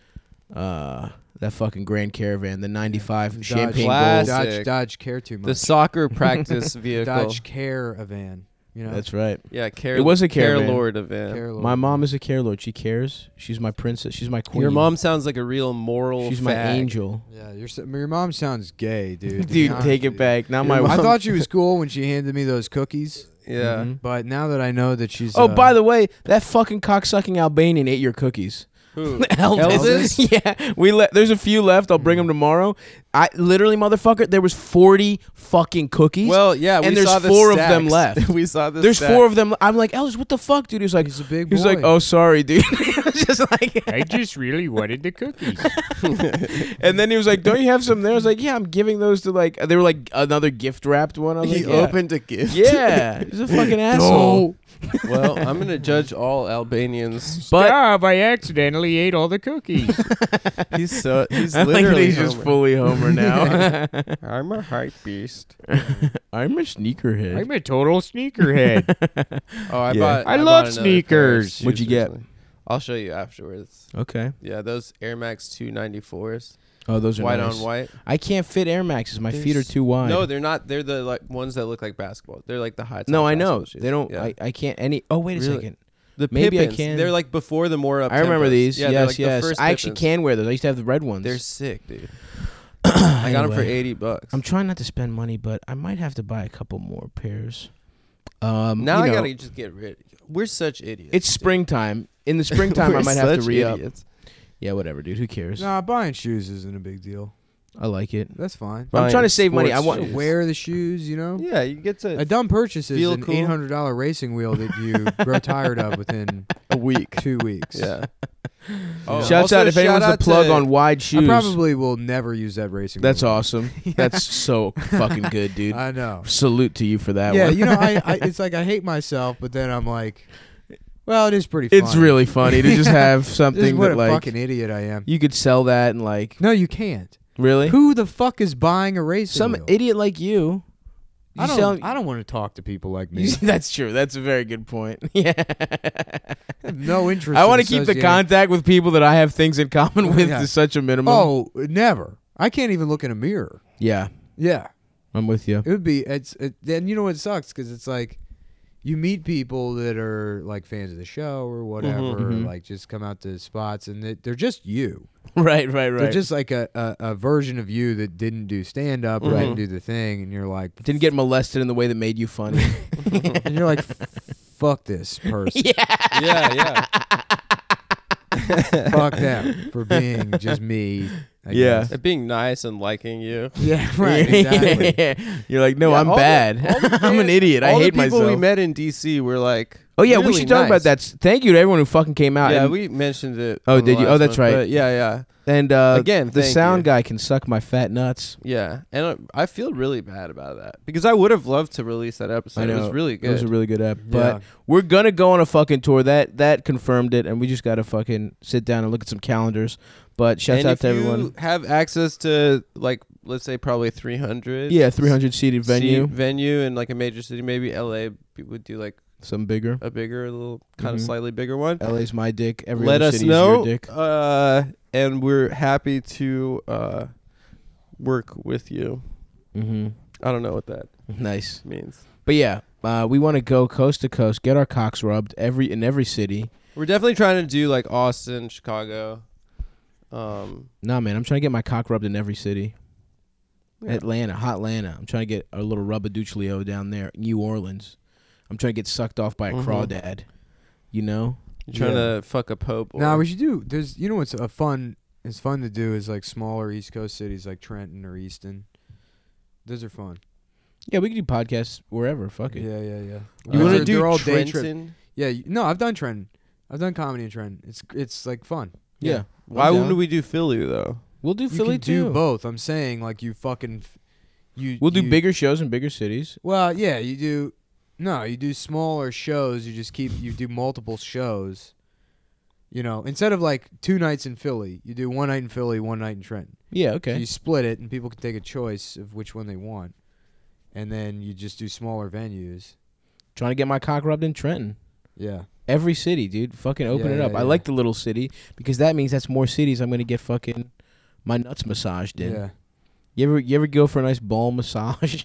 B: uh, that fucking Grand Caravan, the '95
A: Dodge-
B: champagne
C: Class.
B: gold.
A: Dodge,
C: Sick.
A: Dodge care too
C: The
A: much.
C: soccer practice vehicle.
A: Dodge care a van. You know,
B: That's right.
C: Yeah, care.
B: It was a
C: care
B: caravan.
C: lord event.
A: care
B: My mom is a care lord. She cares. She's my princess. She's my queen.
C: Your mom sounds like a real moral.
B: She's my
C: fag.
B: angel.
A: Yeah, your, your mom sounds gay, dude. to be
B: Dude,
A: honest
B: take
A: with
B: it
A: you.
B: back. Not
C: Your
B: my.
A: I
B: mom.
A: thought she was cool when she handed me those cookies.
C: Yeah.
B: Mhm.
A: But now that I know that she's
B: Oh,
A: uh,
B: by the way, that fucking cocksucking Albanian ate your cookies.
C: Who?
B: Eldest? yeah, we le- there's a few left. I'll bring them tomorrow. I literally, motherfucker, there was 40 fucking cookies.
C: Well, yeah,
B: And
C: we
B: there's
C: saw the
B: four of them
C: stacks.
B: left.
C: we saw this.
B: there's four of them. I'm like, Eldest, what the fuck, dude? He's like,
A: he's a big boy.
B: he's like, oh, sorry, dude. just like,
D: I just really wanted the cookies.
B: and then he was like, don't you have some there? I was like, yeah, I'm giving those to like. They were like another gift wrapped one. I was
C: He
B: like, "Oh, yeah.
C: opened a gift.
B: Yeah, he's a fucking asshole.
C: well, I'm gonna judge all Albanians.
B: But
D: Stop, I accidentally ate all the cookies.
C: He's so he's
B: I like that
C: literally
B: he's just fully Homer now.
C: I'm a hype beast.
B: I'm a sneakerhead.
D: I'm a total sneakerhead.
C: Oh, I
B: Yeah.
C: bought.
D: I
C: bought another
D: love
C: pair of
D: sneakers.
B: What'd you
C: shoes
B: get?
C: recently. I'll show you afterwards.
B: okay.
C: Yeah, those Air Max 294s.
B: Oh, those are
C: white
B: nice.
C: on white.
B: I can't fit Air Maxes. My feet are
C: There's-
B: too wide.
C: No, they're not. They're the like ones that look like basketball. They're like the high.
B: no,
C: top
B: I know
C: basketball shoes.
B: they don't.
C: Yeah.
B: I, I can't. Any. Oh, wait a
C: Really?
B: second.
C: the
B: maybe I
C: Pippins,
B: can-
C: They're like before the more up.
B: I remember
C: tempos.
B: these.
C: Yeah, they're
B: yes,
C: like the
B: yes.
C: first
B: I actually
C: Pippins.
B: can wear those. I used to have the red ones.
C: They're sick, dude. I got them for
B: Anyway.
C: eighty bucks.
B: I'm trying not to spend money, but I might have to buy a couple more pairs. Um,
C: now
B: you know,
C: I gotta just get rid. We're such idiots.
B: It's
C: dude.
B: springtime. In the springtime, I
C: We're
B: might have to
C: such
B: re up.
C: idiots.
B: Yeah, whatever, dude. Who cares?
A: Nah, buying shoes isn't a big deal.
B: I like it.
A: That's fine.
B: But I'm
C: Buying
B: trying to save money. I
C: sports
B: want.
C: shoes.
A: Wear the shoes, you know.
C: Yeah, you get to
A: A dumb purchase is
C: Feel
A: an
C: cool.
A: eight hundred dollar racing wheel that you grow tired of within
C: a week.
A: two weeks.
C: Yeah.
B: Shouts
A: Oh.
C: Oh, also,
B: out if
C: shout
B: anyone's a
C: out
B: plug
C: to-
B: on wide shoes.
A: I probably will never use that racing.
B: That's
A: wheel.
B: awesome. That's so fucking good, dude.
A: I know.
B: Salute to you for that
A: yeah,
B: one.
A: you know, I, I it's like I hate myself, but then I'm like, well, it is pretty. Fun.
B: it's really funny to just have
A: This is
B: something
A: what
B: that
A: a
B: like
A: fucking idiot I am.
B: you could sell that and like
A: No, you can't.
B: really
A: Who the fuck is buying a racing
B: some
A: wheel?
B: idiot like you.
A: I
B: you
A: don't.
B: sell-
A: I don't want to talk to people like
B: You-
A: me.
B: that's true. That's a very good point. Yeah.
A: I have no interest.
B: I
A: in
B: want to keep the
A: associating-
B: contact with people that I have things in common with
A: Oh, Yeah.
B: to such a minimum.
A: Oh, never. I can't even look in a mirror.
B: Yeah,
A: Yeah,
B: I'm with you.
A: it would be. It's it, then you know what sucks because it's like you meet people that are like fans of the show or whatever, or
B: Mhm.
A: like just come out to spots and they, they're just you.
B: Right, right,
A: They're
B: right.
A: just like a, a, a version of you that didn't do stand up or
C: Mhm.
A: didn't do the thing, and you're like,
B: didn't get molested in the way that made you funny.
A: and you're like, fuck this person,
C: yeah, yeah.
A: fuck them for being just me. I
B: Yeah.
A: guess.
C: At being nice and liking you.
A: yeah, right, exactly.
B: You're like, no,
C: Yeah,
B: I'm
C: all the-
B: bad.
C: all the
B: I'm an
C: fans-
B: idiot. I
C: all
B: hate
C: the people
B: myself.
C: we met in DC were like,
B: oh yeah, we
C: really
B: should talk about
C: nice.
B: that. S- Thank you to everyone who fucking came out.
C: yeah,
B: and,
C: we mentioned it.
B: Oh,
C: on the
B: did you? Oh,
C: last
B: that's
C: one,
B: right.
C: but Yeah, yeah,
B: and uh,
C: Again,
B: the
C: thank
B: sound
C: you.
B: guy can suck my fat nuts.
C: yeah. And I, I feel really bad about that because I would have loved to release that episode.
B: I
C: It
B: know
C: was really
B: It was
C: good.
B: a really good app, but
A: Yeah.
B: we're gonna go on a fucking tour. That that confirmed it, and we just gotta fucking sit down and look at some calendars. But shouts
C: and
B: out
C: if
B: to everyone.
C: You have access to like let's say probably 300.
B: Yeah, 300 seated venue,
C: seat venue in like a major city, maybe LA would do like
B: some bigger.
C: a bigger, a little kind
B: Mhm.
C: of slightly bigger one.
B: LA's my dick. Every
C: Let
B: other
C: us
B: city
C: know,
B: is your dick.
C: uh, and we're happy to uh, work with you.
B: Mm-hmm.
C: I don't know what that
B: Nice.
C: means.
B: But yeah, uh, we want to go coast to coast, get our cocks rubbed every in every city.
C: We're definitely trying to do like Austin, Chicago. Um,
B: Nah, man, I'm trying to get my cock rubbed in every city.
C: Yeah.
B: Atlanta, hot Atlanta. I'm trying to get a little rubaduchlio down there. New Orleans. I'm trying to get sucked off by a
A: Mm-hmm.
C: Mhm.
B: crawdad. You know?
C: you trying
A: Yeah.
C: to fuck a pope. Or
A: Now we should do. There's, you know, what's a fun. It's fun to do is like smaller East Coast cities like Trenton or Easton. Those are fun.
B: Yeah, we can do podcasts wherever. Fuck it.
A: Yeah, yeah, yeah.
C: you
B: Uh,
C: want
A: They're-
C: to do
A: they're all day trip-
C: Trenton?
A: Yeah, you- no, I've done Trenton. I've done comedy in Trenton. It's it's like fun.
B: Yeah.
A: Yeah.
C: Why
B: I'm
C: wouldn't
B: down.
C: we do Philly though?
B: We'll do
A: You
B: Philly
A: can
B: too.
A: do both. I'm saying like you fucking f- you.
B: We'll do
A: you-
B: bigger shows in bigger cities.
A: Well, yeah, you do. No, you do smaller shows. You just keep you do multiple shows. You know, instead of like two nights in Philly, you do one night in Philly, one night in Trenton.
B: Yeah,
A: So
B: okay.
A: you split it, and people can take a choice of which one they want, and then you just do smaller venues.
B: Trying to get my cock rubbed in Trenton.
A: Yeah,
B: Every city, dude. Fucking open
A: Yeah,
B: it up.
A: yeah,
B: I
A: yeah.
B: like the little city because that means that's more cities I'm gonna get fucking my nuts massaged in.
A: yeah.
B: You ever you ever go for a nice ball massage?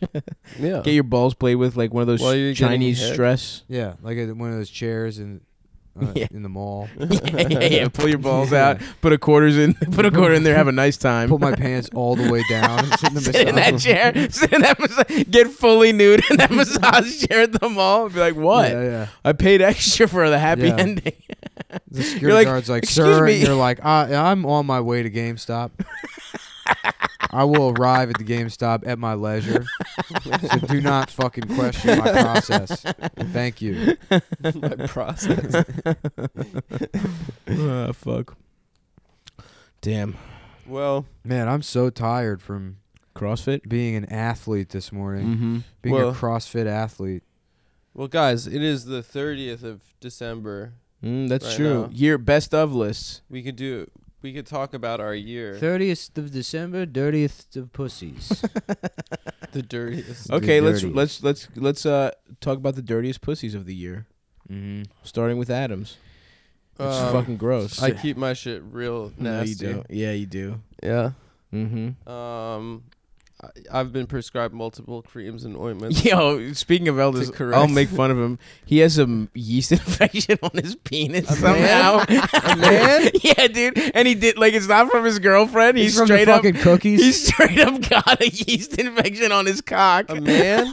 C: Yeah.
B: Get your balls played with like one of those
C: While you're getting
B: Chinese
C: hit.
B: stress.
A: Yeah, like a, one of those chairs in uh,
B: Yeah.
A: in the mall.
B: yeah, yeah, yeah. Pull your balls
A: Yeah.
B: out. Put a quarters in. Put a quarter in there. Have a nice time.
A: Pull my pants all the way down. And sit in the
B: Sit in that
A: massage.
B: chair. Sit in that massa- Get fully nude in that massage chair at the mall. And be like, what?
A: Yeah, yeah.
B: I paid extra for the happy
A: Yeah.
B: ending.
A: The security
B: like,
A: guard's like,
B: "Excuse
A: sir,
B: me."
A: and you're like, I, I'm on my way to GameStop. I will arrive at the GameStop at my leisure. so do not fucking question my process. Thank you.
C: My process.
B: Ah, fuck. Damn.
C: Well,
A: Man, I'm so tired from
B: CrossFit.
A: being an athlete this morning.
B: Mm-hmm.
A: Being
C: Well-
A: a CrossFit athlete.
C: well, guys, it is the 30th of December.
B: Mm, that's
C: Right
B: true.
C: now.
B: Year best of lists.
C: We could do. We could talk about our year,
A: 30th of December, 30th of pussies.
C: the dirtiest.
A: The
B: Okay, let's
A: dirtiest.
B: let's let's let's uh talk about the dirtiest pussies of the year.
A: mm-hmm.
B: Starting with Adams. It's
C: Um,
B: fucking gross.
C: I keep my shit real
B: no, you
C: nasty.
B: don't. Yeah, you do.
C: Yeah.
B: Mm-hmm.
C: Um, I, I've been prescribed multiple creams and ointments.
B: Yo, speaking of elders,
C: correct.
B: I'll make fun of him. He has a yeast infection on his penis somehow.
C: man? A man?
B: yeah, dude. And he did like it's not from his girlfriend. He's,
A: It's from the
B: straight up.
A: fucking cookies.
B: He straight up got a yeast infection on his cock.
C: A man?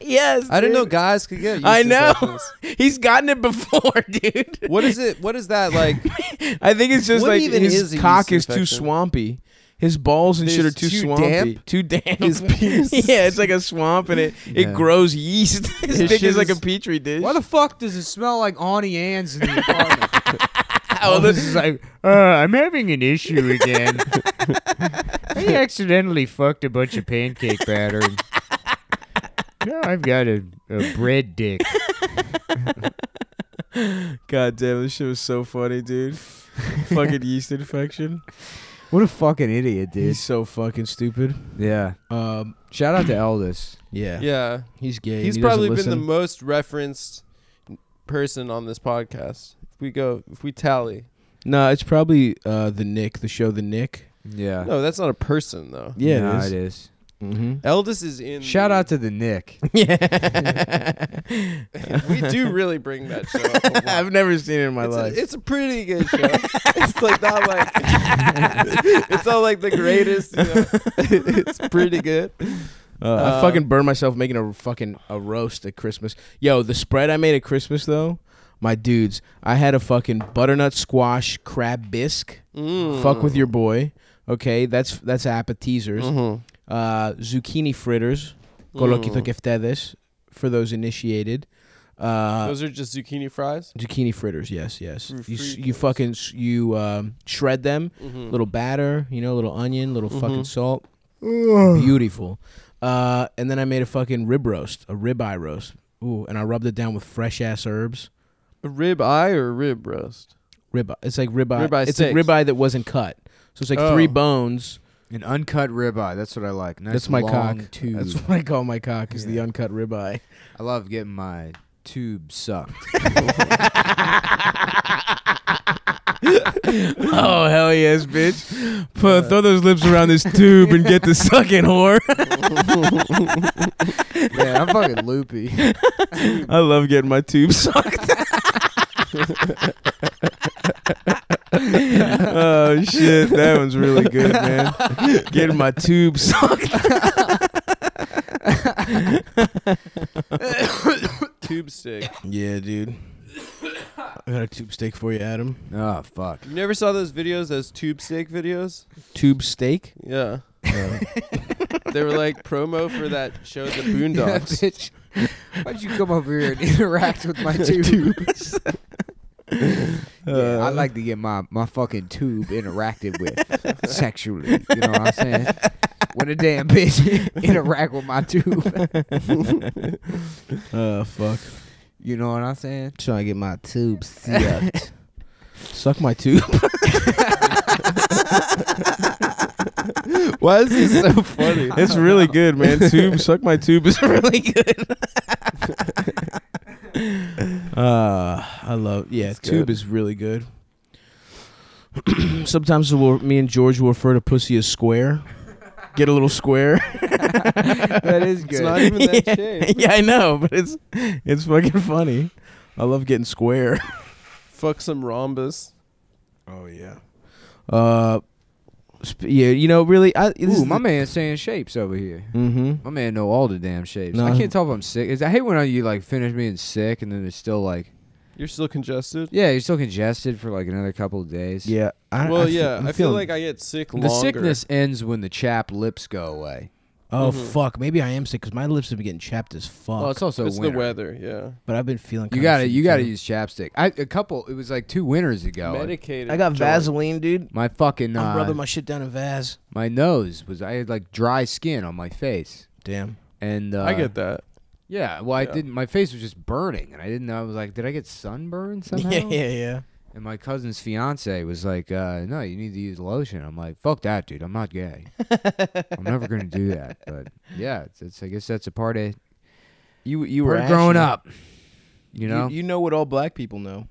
B: yes.
C: Um, I didn't know
B: dude.
C: guys could get. Yeast
B: I know.
C: infections.
B: He's gotten it before, dude.
C: What is it? What is that like?
B: I think it's just
C: What
B: like
C: even
B: his
C: is a
B: cock is
C: yeast
B: too
C: infection?
B: swampy. His balls and shit are
C: It's
B: too,
C: too
B: swampy,
C: damp?
B: too damp.
C: His penis is-
B: yeah, it's like a swamp, and it it
A: Yeah.
B: grows yeast. His
C: His
B: dick
C: shit
B: is like a
C: is-
B: petri dish.
A: Why the fuck does it smell like Auntie Anne's in the apartment?
B: Oh, this-
D: This is like, uh, I'm having an issue again. I accidentally fucked a bunch of pancake batter. and Now I've got a, a bread dick.
B: God damn, this shit was so funny, dude. fucking yeast infection.
A: what a fucking idiot, dude.
B: He's so fucking stupid.
A: Yeah.
B: Um,
A: Shout out to Eldis.
B: yeah.
C: Yeah,
B: He's gay. and
C: he's
B: he doesn't
C: probably been the
B: listen.
C: most referenced person on this podcast. If we go, if we tally,
B: No, it's probably uh, the Nick, the show, the Nick.
A: Yeah.
C: no, that's not a person though.
B: Yeah,
A: Nah,
B: it is. Mm-hmm.
C: Eldest is in.
A: Shout
C: the-
A: out to the Nick.
B: Yeah.
C: we do really bring that show up. a lot.
B: I've never seen it in my
C: it's,
B: life.
C: A, it's a pretty good show. it's like not like it's not like the greatest. You know. it's pretty good.
B: Uh, I
C: Um,
B: fucking burned myself making a fucking a roast at Christmas. Yo, the spread I made at Christmas though, my dudes, I had a fucking butternut squash crab bisque.
C: Mm.
B: Fuck with your boy. Okay, that's that's appetizers.
C: Mhm.
B: Uh, zucchini fritters,
C: Mm.
B: coloquito queftedes, for those initiated. Uh,
C: Those are just zucchini fries.
B: zucchini fritters, yes, yes. You, s- you
C: Refritos.
B: fucking s- you um, shred them,
C: Mm-hmm.
B: little batter, you know, little onion, little fucking
C: Mhm.
B: salt. Mm. Beautiful. Uh, and then I made a fucking rib roast, a ribeye roast. Ooh, and I rubbed it down with fresh ass herbs.
C: Rib eye or rib roast?
B: Ribeye. It's like ribeye.
C: Ribeye
B: it's a
C: steaks.
B: ribeye that wasn't cut. So it's like
C: Oh.
B: three bones.
A: An uncut ribeye. That's what I like. Nice
B: That's my
A: long
B: cock.
A: Tube.
B: That's what I call my cock is the
A: Yeah.
B: uncut ribeye.
A: I love getting my tube sucked.
B: oh hell yes, bitch! Put, throw those lips around this tube and get the sucking whore.
A: yeah, I'm fucking loopy.
B: I love getting my tube sucked. oh shit, that one's really good, man. Getting my tube sucked.
C: Tube steak.
B: Yeah, dude. I got a tube steak for you, Adam.
A: Oh fuck.
C: You never saw those videos, those tube steak videos?
B: Tube steak?
C: Yeah. they were like promo for that show, The Boondocks.
A: bitch. Why'd you come over here and interact with my tube? yeah,
B: Uh.
A: I like to get my, my fucking tube interacted with sexually. You know what I'm saying? When a damn bitch interact with my tube.
B: Oh fuck.
A: You know what I'm saying?
B: Trying to get my tube sucked. Suck my tube.
C: Why is this so funny?
B: It's really good, man. Tube, suck my tube is really good. uh, I love. Yeah,
C: It's
B: tube
C: good.
B: is really good. Sometimes we'll, me and George will refer to pussy as square. Get a little square.
A: That is
C: It's
A: good.
C: not even that
B: yeah,
C: shape.
B: yeah, I know, but it's it's fucking funny. I love getting square.
C: Fuck some rhombus.
B: Oh yeah. Uh, sp- yeah, you know, really, I.
A: Ooh, my man's saying shapes over here.
B: Mm-hmm.
A: My man know all the damn shapes.
B: No.
A: I can't tell if I'm sick. Is I hate when I, you like finish being sick and then it's still like,
C: You're still congested?
A: yeah, you're still congested for like another couple of days.
B: Yeah. I,
C: Well,
B: I fe-
C: yeah.
B: I'm
C: I feel
B: feeling-
C: like I get sick
A: The
C: longer.
A: sickness ends when the chap lips go away.
B: Oh
C: Mhm.
B: fuck, maybe I am sick because my lips have been getting chapped as fuck.
A: Well, it's also
C: It's
A: winter.
C: the weather, yeah.
B: but I've been feeling.
A: You
B: kinda
A: got to
B: shitty
A: you got to
B: too.
A: use chapstick. I a couple. It was like two winters ago. and
C: Medicated.
B: I got
C: joint.
B: Vaseline, dude.
A: My fucking
B: I'm
A: uh,
B: rubbing
A: my-,
B: my shit down in Vaz.
A: nose was I had like dry skin on my face
B: Damn.
A: and uh,
C: I get that.
A: yeah. Well, I
C: Yeah.
A: didn't. My face was just burning, and I didn't know. I was like, did I get sunburned somehow?
B: Yeah, yeah, yeah.
A: And my cousin's fiance was like, uh, no, you need to use lotion. I'm like, fuck that, dude. I'm not gay. I'm never gonna do that. But yeah, it's, it's I guess that's a part of
B: You you
A: part of growing up. You know.
B: you, know what all black people know.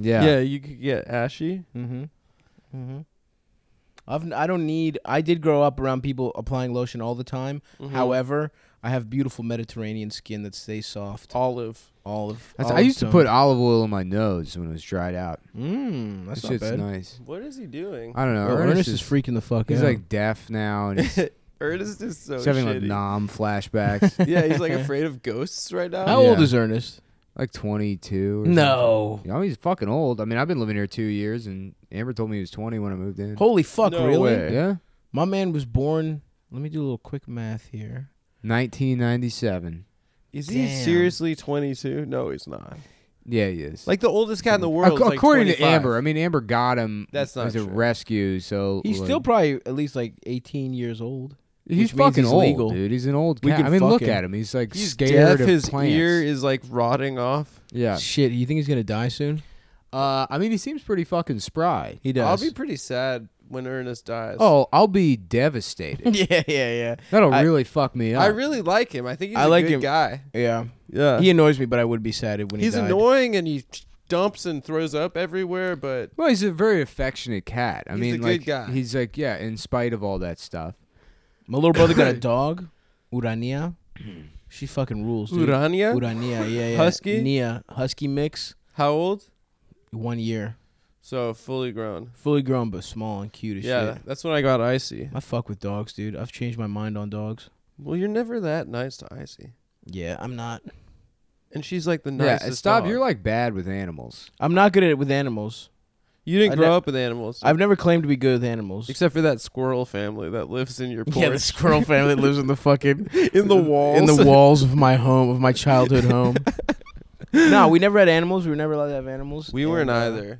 A: yeah.
C: Yeah. you could get ashy.
B: Mm-hmm. Mm-hmm. I've n- I don't need. I did grow up around people applying lotion all the time.
C: Mm-hmm.
B: However, I have beautiful Mediterranean skin that stays soft.
C: olive.
B: Olive.
A: That's, I
B: olive
A: used to
B: tone.
A: put olive oil in my nose when it was dried out.
B: Mmm, that's
A: that
B: not
A: shit's
B: bad.
A: nice.
C: What is he doing?
A: I don't know.
B: Yo, Ernest, is, freaking the fuck
A: He's
B: out.
A: like deaf now and he's,
C: Ernest is so
A: he's having like
C: shitty.
A: nom flashbacks.
C: yeah, he's like afraid of ghosts right now.
B: how old
A: Yeah.
B: is Ernest?
A: like 22. Or
B: No.
A: something. You know, he's fucking old. I mean, I've been living here two years, and Amber told me he was 20 when I moved in.
B: Holy fuck,
C: No
B: really?
C: way.
A: Yeah.
B: My man was born. Let me do a little quick math here.
A: 1997.
C: Is he
B: Damn.
C: seriously 22? No, he's not.
A: Yeah, he is.
C: Like the oldest guy in the
A: Ac-
C: world. is, like,
A: according to
C: 25.
A: Amber, I mean, Amber got him
C: That's not
A: as a
C: true.
A: rescue, so
B: He's
A: like,
B: still probably at least like 18 years old.
A: he's
B: which means
A: fucking
B: he's
A: old,
B: legal.
A: dude. He's an old
B: We
A: cat.
B: can
A: I mean,
B: fuck
A: look
B: him.
A: at him. He's like
C: He's
A: scared
C: deaf.
A: of
C: His
A: plants.
C: ear is like rotting off.
A: Yeah.
B: Shit, you think he's gonna die soon?
A: Uh, I mean, he seems pretty fucking spry.
B: He does.
C: I'll be pretty sad when Ernest dies.
A: Oh, I'll be devastated.
B: yeah, yeah,
A: That'll
B: I-
A: really fuck me up.
C: I really like him. I think he's
B: I
C: a
B: like
C: good
B: him.
C: guy.
B: yeah, yeah.
C: Yeah,
B: He annoys me, but I would be sad if when
C: Uh, he's
B: he died.
C: annoying and he dumps and throws up everywhere. But
A: well, he's a very affectionate cat. I
C: He's a
A: mean,
C: good
A: like
C: guy.
A: he's like yeah, in spite of all that stuff.
B: My little brother got a dog, Urania. She fucking rules, dude.
C: Hmm. Urania,
B: Urania, yeah, yeah.
C: Husky?
B: Nia, husky mix,
C: how old?
B: one year,
C: So fully grown.
B: fully grown but small and cute as
C: yeah,
B: shit.
C: that's when I got icy.
B: I fuck with dogs, dude. I've changed my mind on dogs.
C: Well, you're never that nice to icy.
B: Yeah, I'm not.
C: And she's like the
A: yeah,
C: nicest.
A: stop.
C: dog.
A: You're like bad with animals.
B: I'm not good at it with animals.
C: you didn't
B: I
C: grow
B: ne-
C: up with animals,
B: I've never claimed to be good with animals.
C: except for that squirrel family that lives in your porch.
B: yeah, the squirrel family that lives in the fucking
C: in the walls.
B: in the walls of my home of my childhood home. no, we never had animals. We were never allowed to have animals.
C: we
B: and,
C: weren't
B: uh,
C: either.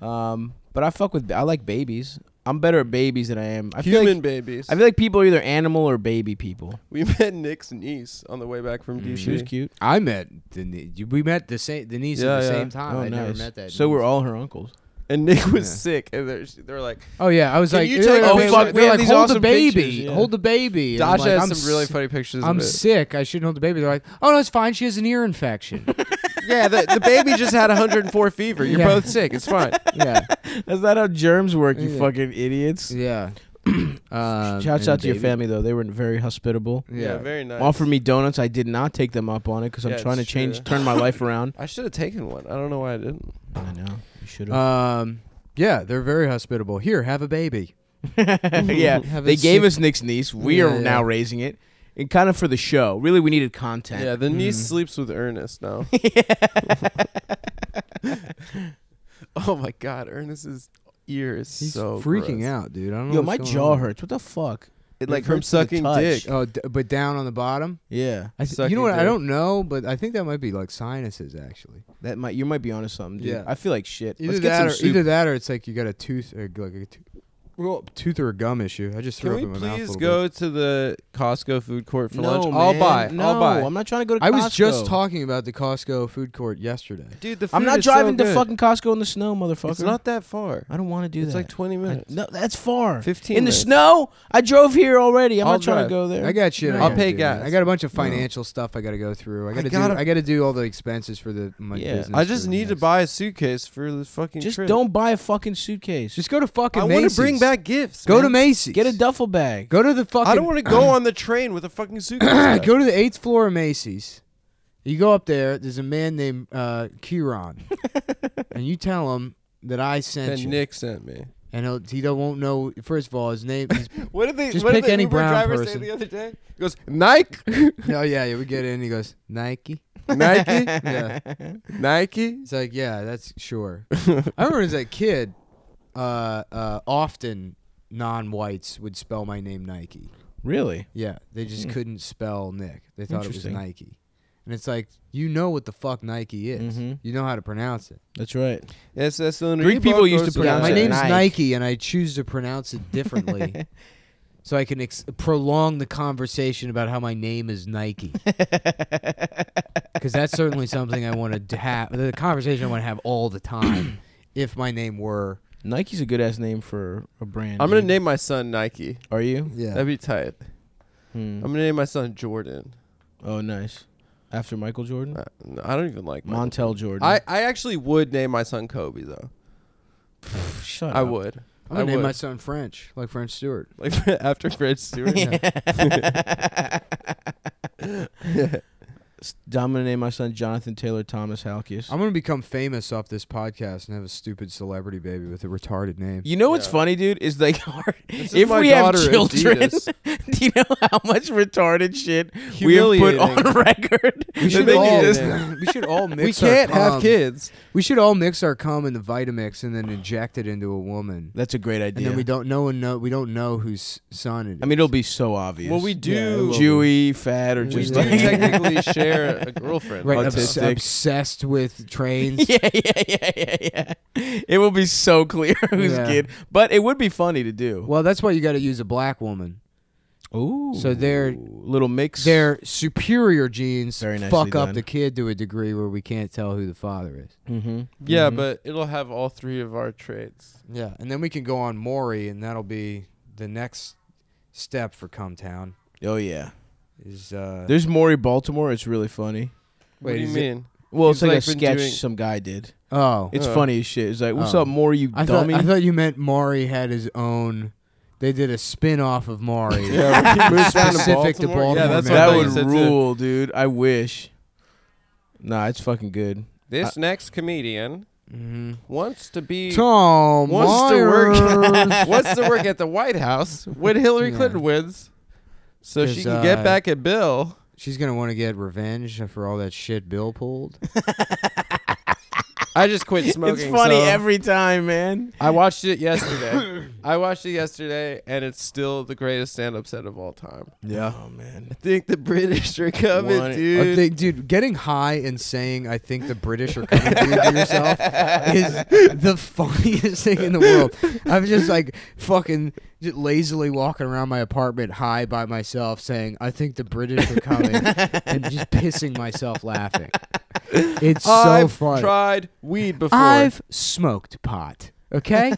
B: Um, but I fuck with. I like babies. I'm better at babies than I am. I feel
C: Human
B: like
C: babies.
B: I feel like people are either animal or baby people.
C: we met Nick's niece on the way back from DC.
B: She was cute.
A: I met Denise. We met the same Denise
C: Yeah, Oh,
A: at the
C: yeah.
A: same time. Ah, I never met that.
B: Oh, So we're
A: Denise.
B: all her uncles.
C: And Nick was
A: Yeah.
C: sick, and they're, they're like,
A: Oh yeah, I was
C: Can
A: like,
C: you
A: yeah,
C: take
A: yeah, yeah,
C: a picture?
A: fuck,
C: We
A: they're
B: had
A: like,
B: these
A: hold the
B: awesome
A: baby,
B: pictures, yeah.
A: hold the baby. And I'm
C: Dasha
A: like,
C: has
A: I'm
C: some really
A: si-
C: funny pictures.
A: I'm
C: of it.
A: sick. I shouldn't hold the baby. They're like, oh no, it's fine. She has an ear infection.
C: yeah, the, the baby just had 104 fever. You're
A: Yeah.
C: both sick. It's fine.
A: yeah,
B: That's not how germs work, you
A: Yeah.
B: fucking idiots.
A: yeah. Um,
B: Shouts
A: and
B: out to your
A: baby.
B: family though; they were very hospitable.
C: Yeah,
A: Yeah,
C: very nice.
B: Offered me donuts. I did not take them up on it because I'm
C: Yeah,
B: trying to
C: it's
B: change,
C: true.
B: turn my life around.
C: I should have taken one. I don't know why I didn't.
B: I know you should have.
A: Um, yeah, they're very hospitable. Here, have a baby.
B: yeah,
A: Have a
B: they gave
A: sick-
B: us Nick's niece. We
A: Yeah,
B: are
A: yeah.
B: now raising it, and kind of for the show. Really, we needed
C: Yeah,
B: content.
C: the niece
A: Mm.
C: sleeps with Ernest now. oh my God, Ernest's ear is
A: He's
C: so
A: freaking
C: gross.
A: out, dude. I don't know.
B: Yo,
A: what's
B: my
A: going
B: jaw
A: on.
B: hurts. What the fuck?
C: It like from
B: hurts to the
C: sucking
B: touch.
C: dick.
A: Oh, d- but down on the bottom.
B: Yeah,
A: I th-
C: Sucking
A: you know what? I
C: dick.
A: don't know, but I think that might be like sinuses actually.
B: that might you might be onto something, dude.
A: Yeah.
B: I feel like shit.
A: Either
B: Let's get
A: that,
B: some
A: or
B: soup.
A: either that, or it's like you got a tooth or like a tooth, well, tooth or a gum issue. I just
C: Can
A: threw
C: we
A: up in my mouth. a
C: please
A: little
C: go
A: bit.
C: to the Costco food court for
B: no,
C: lunch?
B: Man.
C: I'll buy.
B: No,
C: I'll buy.
B: I'm not trying to go to.
A: I was just
B: Costco.
A: talking about the Costco food court yesterday.
C: Dude, the food
B: I'm not
C: is so
B: driving to
C: good.
B: fucking Costco in the snow, motherfucker.
C: It's not that far.
B: I don't want to do
C: It's
B: that.
C: like 20
B: I-
C: minutes.
B: no, that's far.
C: 15
B: in the
C: minutes.
B: snow. I drove here already. I'm
C: I'll
B: not trying
C: drive.
B: to go there.
A: I got shit. I
C: I'll
A: gotta
C: pay
A: do,
C: gas.
A: man. I got a bunch of financial stuff I got to go through. I got to do.
C: gotta-
A: I got to do all the expenses for the my
B: Yeah.
A: business.
C: I
A: for
C: just
A: the
C: need to
A: next-
C: buy a suitcase for this fucking
B: Just
C: trip.
B: don't buy a fucking suitcase. Just
A: Just go to fucking.
C: I
A: want to
C: bring back gifts.
A: Go
C: man.
A: to Macy's.
B: get a duffel bag.
A: Go to the fucking.
C: I don't want to go on the train with a fucking suitcase. bag.
A: go to the eighth floor of Macy's. You go up there. There's a man named uh, Kieran, and you tell him that I sent
C: that
A: you,
C: Nick sent me.
A: and he'll, he don't, won't know. First of all, his name. He's,
C: What did they?
A: Just
C: what
A: pick
C: did the
A: any
C: Uber
A: brown
C: driver say
A: person.
C: the other day? He goes Nike,
A: oh yeah, yeah. We get in. He goes Nike.
C: Nike,
A: Yeah.
C: Nike.
A: He's like, yeah, that's sure. I remember as a kid, uh, uh, often non-whites would spell my name Nike.
B: Really?
A: Yeah, they just couldn't spell Nick. They thought it was
B: Hmm. Interesting.
A: Nike, and it's like you know what the fuck Nike is.
B: Mhm.
A: You know how to pronounce it.
B: That's right.
C: Yes, that's the
B: Greek people used to
A: Yeah,
B: pronounce
A: my
B: it
A: name's
B: Nike.
A: Nike. and I choose to pronounce it differently, so I can ex- prolong the conversation about how my name is Nike. Because that's certainly something I want to have. The conversation I want to have all the time. If my name were,
B: Nike's a good ass name for a brand.
C: I'm gonna
B: dude.
C: name my son Nike.
B: Are you?
A: yeah,
C: That'd be tight.
B: Hmm.
C: I'm gonna name my son Jordan.
B: Oh, nice. After Michael Jordan,
C: Uh, I don't even like Michael.
B: Montel Jordan.
C: I I actually would name my son Kobe though.
B: Pff, shut
C: I
B: up.
C: would.
A: I'm gonna
C: I
A: name
C: would.
A: my son French, like French Stewart.
C: Like after Fred Stewart.
B: S- I'm gonna name my son Jonathan Taylor Thomas Halkias.
A: I'm gonna become famous off this podcast and have a stupid celebrity baby with a retarded name.
B: You know what's
C: Yeah.
B: funny, dude, is like our,
C: This is
B: if
C: my
B: we have
C: daughter,
B: children,
C: Adidas.
B: do you know how much retarded shit we have put on
C: Humiliating.
B: record?
A: We should,
C: thing
A: all,
C: is-
A: we should all mix.
C: we
A: our
C: can't
A: cum.
C: have kids.
A: We should all mix our cum in the Vitamix and then inject it into a woman.
B: That's a great
A: And
B: idea.
A: then we don't. No one know. We don't know whose son it is.
B: I mean, it'll be so obvious.
C: Well, we do.
A: will be.
B: Jewy, fat, or
C: we
B: just
C: do
B: like
C: technically share a girlfriend.
A: right? Obs-
B: autistic.
A: obsessed with trains.
B: yeah, yeah, yeah, yeah, yeah. It will be so clear who's
A: Yeah.
B: kid, but it would be funny to do.
A: Well, that's why you got to use a black woman.
B: Ooh,
A: So they're-
B: little mix.
A: Their superior genes
B: Very nicely
A: fuck up
B: done.
A: the kid to a degree where we can't tell who the father is.
B: Mhm.
C: Yeah,
B: Mhm.
C: but it'll have all three of our traits.
A: Yeah, and then we can go on Maury, and that'll be the next step for Come Town.
B: oh yeah,
A: Is uh,
B: there's Maury Baltimore. It's really funny.
A: Wait,
C: what do you
A: is it-
C: mean?
B: Well, it's
C: He's,
B: like, a
C: like, been
B: sketch
C: doing-
B: some guy did.
A: oh,
B: It's
C: Uh.
B: funny as shit. It's like, what's
A: Oh.
B: up, Maury? You
A: I thought,
B: dummy.
A: I thought you meant Maury had his own. They did a spin off of Maury.
C: Yeah,
A: It was specific to Baltimore.
C: Yeah, that's what I
B: that
C: thought you
B: would
C: said too.
B: rule, dude. I wish. Nah, it's fucking good.
C: This next comedian
A: hmm
C: wants to be
A: Tom
C: wants to
A: Myers.
C: work wants to work at the White House when Hillary
A: Yeah.
C: Clinton wins, so she
A: Because,
C: can get
A: uh,
C: back at Bill.
A: She's gonna want to get revenge for all that shit Bill pulled.
C: I just quit smoking.
B: it's funny
C: so-
B: every time, man.
C: I watched it yesterday. I watched it yesterday, and it's still the greatest stand-up set of all time.
B: Yeah. Oh man.
C: I think the British are coming,
B: One-
A: I
C: dude.
A: think, Uh, dude, getting high and saying "I think the British are coming to you" to yourself is the funniest thing in the world. I'm just like fucking just lazily walking around my apartment high by myself, saying "I think the British are coming," and just pissing myself laughing. It's so
C: I've
A: funny.
C: tried weed before.
A: I've smoked pot. Okay.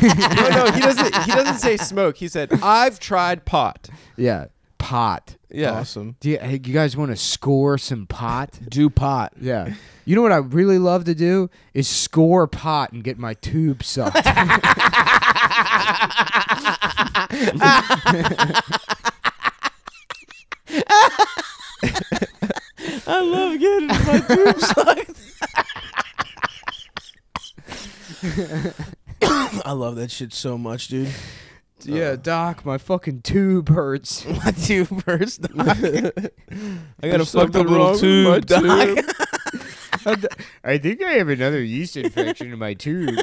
C: no, no, he doesn't. He doesn't say smoke. He said I've tried pot.
A: yeah, pot.
C: Yeah,
B: Awesome.
A: Do you, hey, you guys want to score some pot?
B: Do pot.
A: Yeah. You know what I really love to do is score pot and get my tube sucked.
B: I love getting my tube sucked. I love that shit so much, dude.
A: yeah, doc, my fucking tube hurts.
B: My tube burst. Doc. I got a
C: There's
B: fucked up
C: something wrong
B: little
C: with my
B: tube, doc.
C: tube.
D: I think I have another yeast infection in my tube.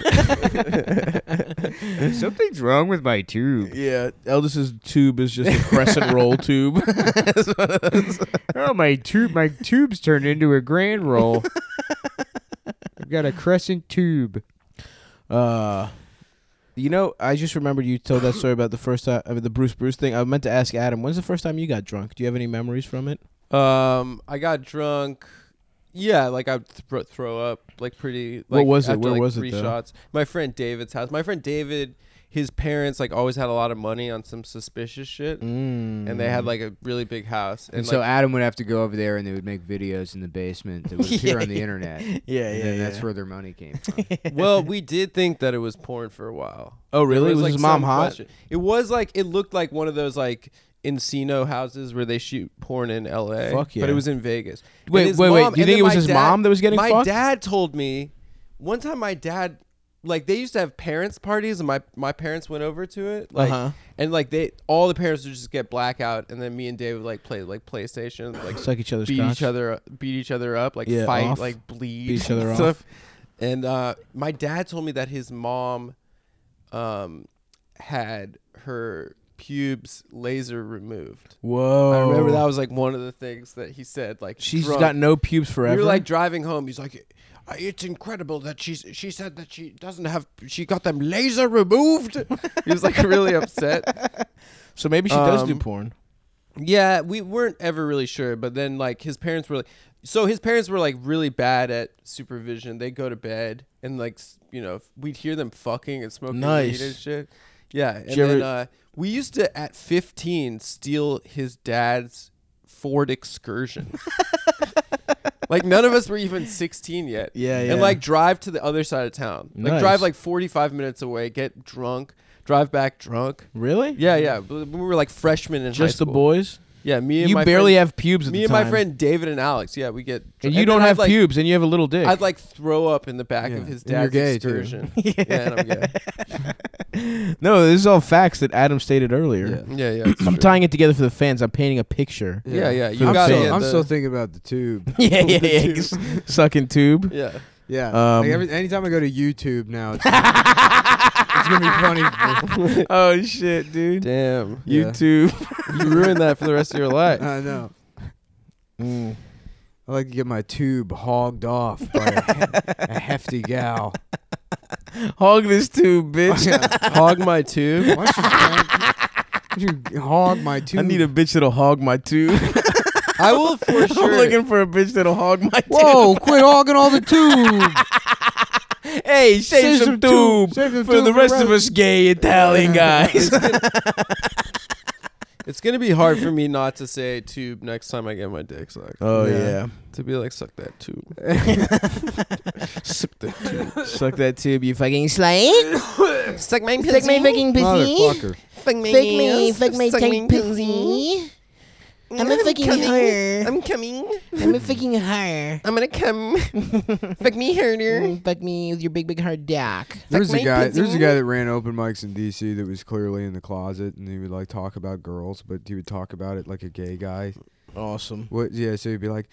D: Something's wrong with my tube.
B: Yeah, Eldest's tube is just a crescent roll tube.
D: Oh, my tube! My tube's turned into a grand roll. I've got a crescent tube.
B: Uh, you know, I just remembered you told that story about the first time, I mean, the Bruce Bruce thing. I meant to ask Adam, when's the first time you got drunk? Do you have any memories from it?
C: Um, I got drunk. Yeah, like I would thro- throw up, like pretty. Like,
B: What was it?
C: after,
B: Where
C: like,
B: was it,
C: Three
B: though?
C: shots. My friend David's house. My friend David, his parents like always had a lot of money on some suspicious shit,
B: Mm.
C: and they had like a really big house. And,
A: And, so
C: like,
A: Adam would have to go over there and they would make videos in the basement that would appear
B: Yeah,
A: on the internet. Yeah,
B: yeah,
A: and
B: yeah,
A: then
B: yeah.
A: that's where their money came from.
C: well, we did think that it was porn for a while.
B: oh, really?
C: There
B: was
C: like,
B: his mom
C: some
B: hot?
C: question. It was like it looked like one of those like Encino houses where they shoot porn in L.A.
B: Fuck yeah.
C: But it was in Vegas. And
B: Wait,
C: his
B: wait, wait.
C: mom-
B: Do you
C: and
B: think
C: then
B: it was
C: my
B: his
C: dad-
B: mom that was getting
C: my
B: fucked?
C: dad told me one time. My dad like they used to have parents parties, and my my parents went over to it. Like
B: Uh-huh.
C: and like they all the parents would just get blackout, and then me and Dave would like play like PlayStation, like
B: Suck each other's
C: beat
B: cocks.
C: each other beat each other up, like
B: Yeah,
C: fight,
B: off.
C: like bleed
B: Beat each other
C: and
B: off.
C: stuff. And uh, my dad told me that his mom um, had her pubes laser removed.
B: Whoa!
C: I remember that was like one of the things that he said. Like
B: Oh. She's
C: drunk.
B: got no pubes
C: We
B: forever.
C: were like driving home. He's like, "Uh, "It's incredible that she's." She said that she doesn't have. She got them laser removed. he was like really upset.
B: so maybe she does do
C: um,
B: porn.
C: Yeah, we weren't ever really sure, but then like his parents were like, so his parents were like really bad at supervision. They go to bed and like s- you know we'd hear them fucking and smoking
B: Nice.
C: weed and shit. Yeah, and
B: Did you
C: then
B: ever-
C: uh, we used to at fifteen steal his dad's Ford Excursion. Like none of us were even 16 yet.
B: Yeah, yeah.
C: And like drive to the other side of town. Like
B: Nice.
C: drive like 45 minutes away, get drunk, drive back drunk.
B: really?
C: Yeah, yeah. We we were like freshmen in high
B: Just the
C: school.
B: boys.
C: Yeah, me and
B: You
C: my
B: barely
C: friend,
B: have pubes. At
C: me
B: the
C: and my
B: time.
C: friend David and Alex. Yeah, we get.
B: and you
C: then
B: don't
C: I'd,
B: have
C: like,
B: pubes, and you have a little dick.
C: I'd like throw up in the back
A: Yeah.
C: of his
A: And you're
C: dad's
A: gay, too.
C: excursion. yeah, and I'm gay.
B: no, this is all facts that Adam stated earlier.
C: Yeah, yeah. it's
B: I'm
C: true.
B: tying it together for the fans. I'm painting a picture.
C: Yeah, yeah. You
A: I'm,
B: gotta
A: still,
B: get
A: I'm
C: the-
A: still thinking about the tube.
B: yeah, yeah, yeah. s- Sucking tube.
C: Yeah.
A: Yeah.
B: Um,
A: like every, anytime I go to YouTube now, it's, it's gonna be funny.
B: oh shit, dude.
C: Damn.
A: Yeah.
B: YouTube.
C: You ruined that for the rest of your life.
A: I know.
B: Mm.
A: I like to get my tube hogged off by a, he- a hefty gal.
B: Hog this tube, bitch.
C: Hog my tube.
A: Why don't you, why don't you hog my tube?
B: I need a bitch that'll hog my tube.
C: I will for
B: I'm
C: sure.
B: looking for a bitch that'll hog my
A: Whoa! Quit hogging all the tube.
B: tube. Hey, save some, tube
A: Save some
B: for the rest of us gay Italian guys.
C: it's gonna be hard for me not to say tube next time I get my dick sucked.
B: Oh
A: Yeah.
C: To be like suck that tube.
B: yeah. Suck that tube, you fucking slut.
E: Suck my pussy. Suck my fucking
A: Motherfucker.
E: Fuck my Fuck me. Fuck my tight pussy. I'm a fucking whore. I'm,
F: I'm coming.
E: a fucking whore.
F: I'm gonna come. Fuck me harder.
E: Mm, Fuck me with your big, big hard dick.
A: There was a
F: my
A: guy. There was a
F: pussy.
A: guy that ran open mics in D.C. that was clearly in the closet, and he would like talk about girls, but he would talk about it like a gay guy.
B: Awesome.
A: What? Yeah. So he'd be like,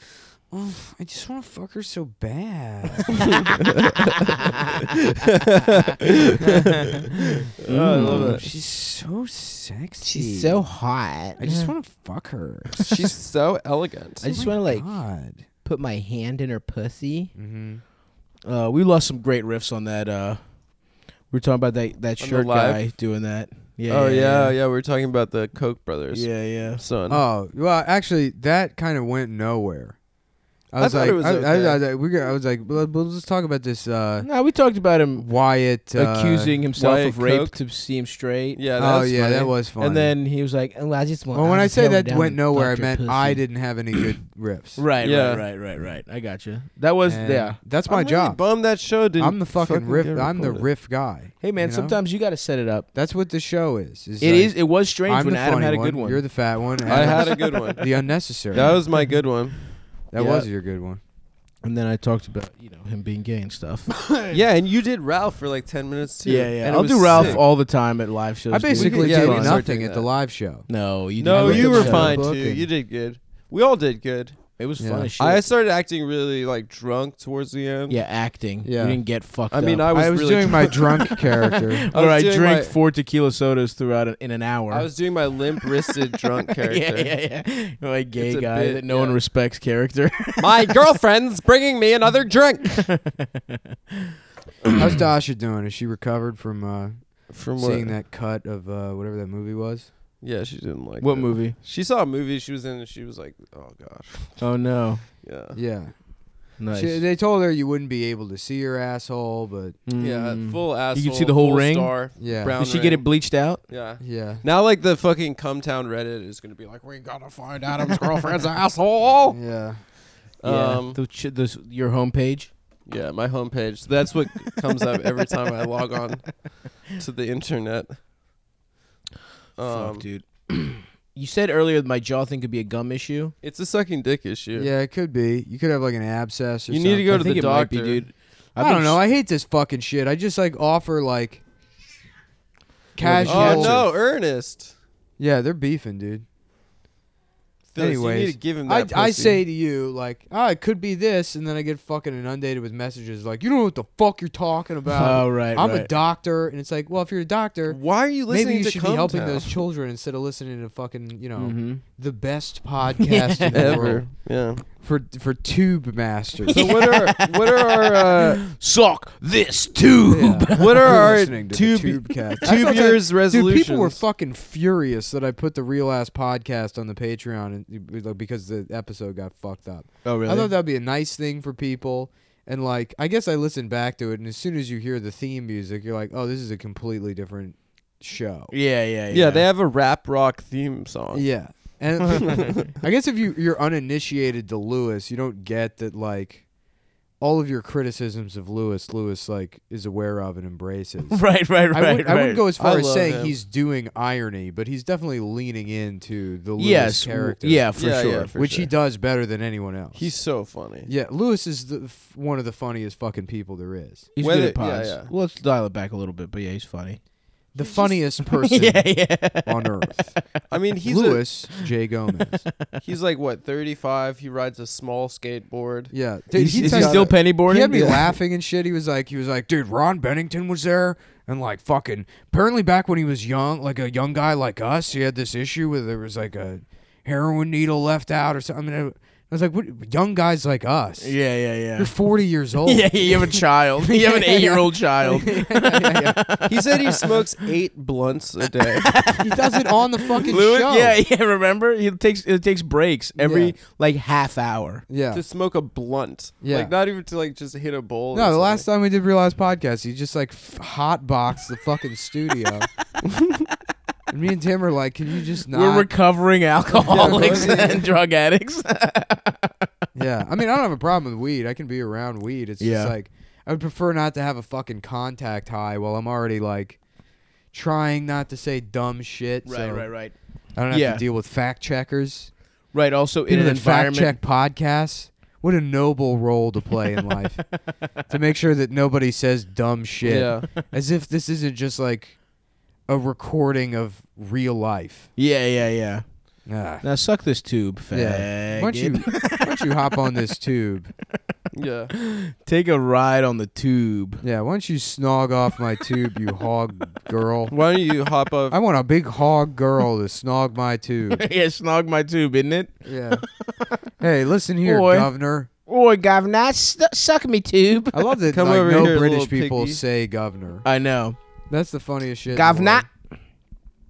A: "Oh, I just want to fuck her so bad." Oh,
B: Mm.
A: She's so sexy.
E: She's so hot.
A: I just want to fuck her. Oh
C: She's so elegant.
B: Uh,
E: I just want to like
A: God.
E: put my hand in her pussy.
A: Mm-hmm.
B: Uh, we lost some great riffs on that. Uh, we were talking about that that
C: On the
B: shirt
C: live?
B: guy doing that. Yeah.
C: oh yeah, yeah,
B: yeah.
C: We were talking about the Koch brothers.
B: Yeah, yeah.
C: Son.
A: Oh well, actually, that kind of went nowhere. I
C: I
A: was
C: thought
A: like,
C: it was
A: I, I-
C: okay.
A: I was like- we got, I was like, well, well, let's talk about this uh,
B: No, we talked about him
A: Wyatt uh,
B: accusing himself
C: Wyatt
B: of rape
C: Coke?
B: to see him straight.
C: yeah.
A: Oh
C: That's
A: yeah,
C: funny.
A: that was fun.
B: And then he was like, oh, I just want.
A: well, when I
B: just
A: say
B: held
A: that
B: down
A: went
B: and
A: nowhere, I
B: fucked your
A: meant
B: pussy."
A: I didn't have any good riffs.
B: Right,
C: Yeah.
B: right, right, right, right. I got you. That was
A: And
B: yeah.
A: That's my
C: I'm Really
A: job.
C: bummed that show didn't.
A: I'm the fucking, riff.
C: get
A: I'm the
C: recorded.
A: riff guy.
B: Hey man,
A: you know?
B: sometimes you got to set it up.
A: That's what the show is. is
B: It
A: like,
B: is. It was strange
A: I'm
B: when
A: the
B: Adam
A: funny
B: had a good one.
A: You're the fat one.
C: I had
A: Adam's
C: a good one.
A: the unnecessary.
C: That was my good one.
A: that
B: yeah.
A: was your good one.
B: and then I talked about you know him being gay and stuff.
C: Yeah, and you did Ralph for like ten minutes too.
B: yeah, yeah.
C: And it
B: I'll
C: was
B: do Ralph
C: sick.
B: all the time at live shows.
A: I
B: dude.
A: basically
C: yeah,
A: did
C: we can start
A: nothing
C: doing
A: at the
C: that.
A: live show.
B: No, you. did
C: No,
A: looked
C: you
A: at
C: were
A: the
C: fine
A: book
C: too.
A: and-
C: You did good. We all did good.
B: It was
A: Yeah.
B: fun as shit.
C: I started acting really like drunk towards the end.
B: yeah, acting.
A: Yeah.
B: You didn't get fucked.
C: I mean,
B: up.
C: I was,
A: I was
C: really
A: doing my drunk character.
C: I
B: or
C: was
B: I
C: doing
B: drank
C: my-
B: four tequila sodas throughout an, in an hour.
C: I was doing my limp wristed drunk character.
B: yeah, yeah, yeah. Like gay
C: It's a
B: guy
C: bit,
B: that no
C: yeah.
B: one respects character.
C: My girlfriend's bringing me another drink.
A: How's Dasha doing? Is she recovered from uh,
C: From
A: seeing that cut of uh, whatever that movie was?
C: Yeah, she didn't like.
B: what
C: it.
B: movie?
C: She saw a movie she was in, and she was like, "Oh gosh,
B: Oh no.
C: yeah."
A: Yeah.
B: Nice.
A: She, they told her you wouldn't be able to see her asshole, but
C: Yeah,
B: Mm.
C: full asshole.
B: see the whole
C: full
B: ring?
C: Star,
A: yeah.
C: Brown
B: Did she get
C: ring.
B: it bleached out?
C: Yeah.
A: Yeah.
C: Now, like the fucking Cumtown Reddit is gonna be like, "We gotta find Adam's girlfriend's asshole."
A: Yeah.
C: Um,
B: The ch- the s- your homepage.
C: yeah, my homepage. That's what comes up every time I log on to the internet. Um,
B: Fuck, dude. you said earlier that my jaw thing could be a gum issue.
C: it's a sucking dick issue.
A: Yeah, it could be. You could have like an abscess or
C: You need to go
B: I
C: to
B: think
C: the
B: it might be,
C: doctor.
B: dude. I've
A: I
B: been
A: don't know.
B: sh-
A: I hate this fucking shit. I just like offer like casual.
C: Oh no, Ernest.
A: Yeah, they're beefing, dude.
C: Phyllis, you
A: Anyways,
C: need to give him
A: I,
C: that.
A: I
C: pussy.
A: say to you, like, oh, it could be this, and then I get fucking inundated with messages like, you don't know what the fuck you're talking about.
B: Oh right.
A: I'm
B: right.
A: a doctor, and it's like, well, if you're a doctor,
C: why are you listening
A: maybe you
C: to
A: should be helping
C: Cumtown?
A: those children instead of listening to fucking, you know,
B: Mhm.
A: the best podcast in the world
C: ever? Yeah.
A: for for tube masters.
C: So what are what are our uh,
B: Sock this tube.
A: Yeah.
C: what are
A: You're
C: our
A: listening to the
C: tube-
A: tube cast. I
C: two
A: felt
C: years
A: that- Dude,
C: resolutions?
A: people were fucking furious that I put the real ass podcast on the Patreon and, like, because the episode got fucked up.
B: Oh really?
A: I thought that'd be a nice thing for people. And like, I guess I listened back to it, and as soon as you hear the theme music, you're like, "Oh, this is a completely different show."
B: yeah, yeah, yeah.
C: yeah, they have a rap rock theme song.
A: Yeah, And I guess if you you're uninitiated to Lewis, you don't get that like all of your criticisms of Lewis, Lewis like is aware of and embraces.
B: right, right, right,
A: I, would,
B: right.
A: I wouldn't go as far
C: I
A: as
C: love
A: saying
C: him.
A: he's doing irony, but he's definitely leaning into the Lewis
B: yes, w-
A: character.
B: yeah, for
C: Yeah,
B: sure.
C: yeah, for
A: which
C: sure.
A: he does better than anyone else.
C: He's so funny.
A: yeah, Lewis is the, f- one of the funniest fucking people there is.
B: He's
C: Whether-
B: good at pods.
C: yeah, yeah.
B: Well, let's dial it back a little bit, but yeah, he's funny.
A: The funniest person
B: yeah, yeah.
A: on earth.
C: I mean, he's a-
A: Lewis J. Gomez.
C: he's like what 35. He rides a small skateboard.
A: Yeah, dude,
B: He's,
A: he
B: is he
A: tells-
B: still penny boarding?
A: He had me
B: Yeah.
A: laughing and shit. He was like, he was like, dude, Ron Bennington was there, and like, fucking. Apparently, back when he was young, like a young guy like us, he had this issue where there was like a heroin needle left out or something. I was like, what? Young guys like us.
B: Yeah, yeah, yeah.
A: You're 40 years old.
B: yeah, yeah, you have a child. You have an eight-year-old child.
C: He said he smokes eight blunts a day.
A: He does it on the fucking
B: Lewis,
A: show.
B: yeah, yeah. Remember, he takes it takes breaks every
A: Yeah.
B: like half hour.
A: Yeah.
C: to smoke a blunt.
A: Yeah.
C: Like not even to like just hit a bowl.
A: no,
C: or
A: the last
C: something.
A: time we did Real Life Podcast, he just like f- hot boxed the fucking studio. and me and Tim are like, can you just not?
B: We're recovering alcoholics
A: Yeah, right.
B: and drug addicts.
A: Yeah, I mean, I don't have a problem with weed. I can be around weed. It's
B: Yeah.
A: just like I would prefer not to have a fucking contact high while I'm already like trying not to say dumb shit. so
B: right,
A: I don't have
B: Yeah.
A: to deal with fact checkers.
B: right. Also, in
A: People
B: an
A: that fact
B: environment,
A: check podcasts. What a noble role to play in life to make sure that nobody says dumb shit.
C: Yeah.
A: As if this isn't just like a recording of real life.
B: yeah, yeah, yeah.
A: Ah.
B: Now suck this tube, faggot.
A: Yeah. Why don't you why don't you hop on this tube?
C: Yeah.
B: take a ride on the tube?
A: Yeah, why don't you snog off my tube, you hog girl?
C: Why don't you hop up?
A: I want a big hog girl to snog my tube.
B: yeah, snog my tube, isn't it?
A: Yeah. Hey, listen here,
B: Boy.
A: governor.
B: Or governor, st- suck me tube.
A: I love that
C: Come
A: like,
C: over
A: no
C: here,
A: British
C: little
A: people
C: piggy.
A: say governor.
B: I know.
A: That's the funniest shit. in the
B: Governor.
A: world.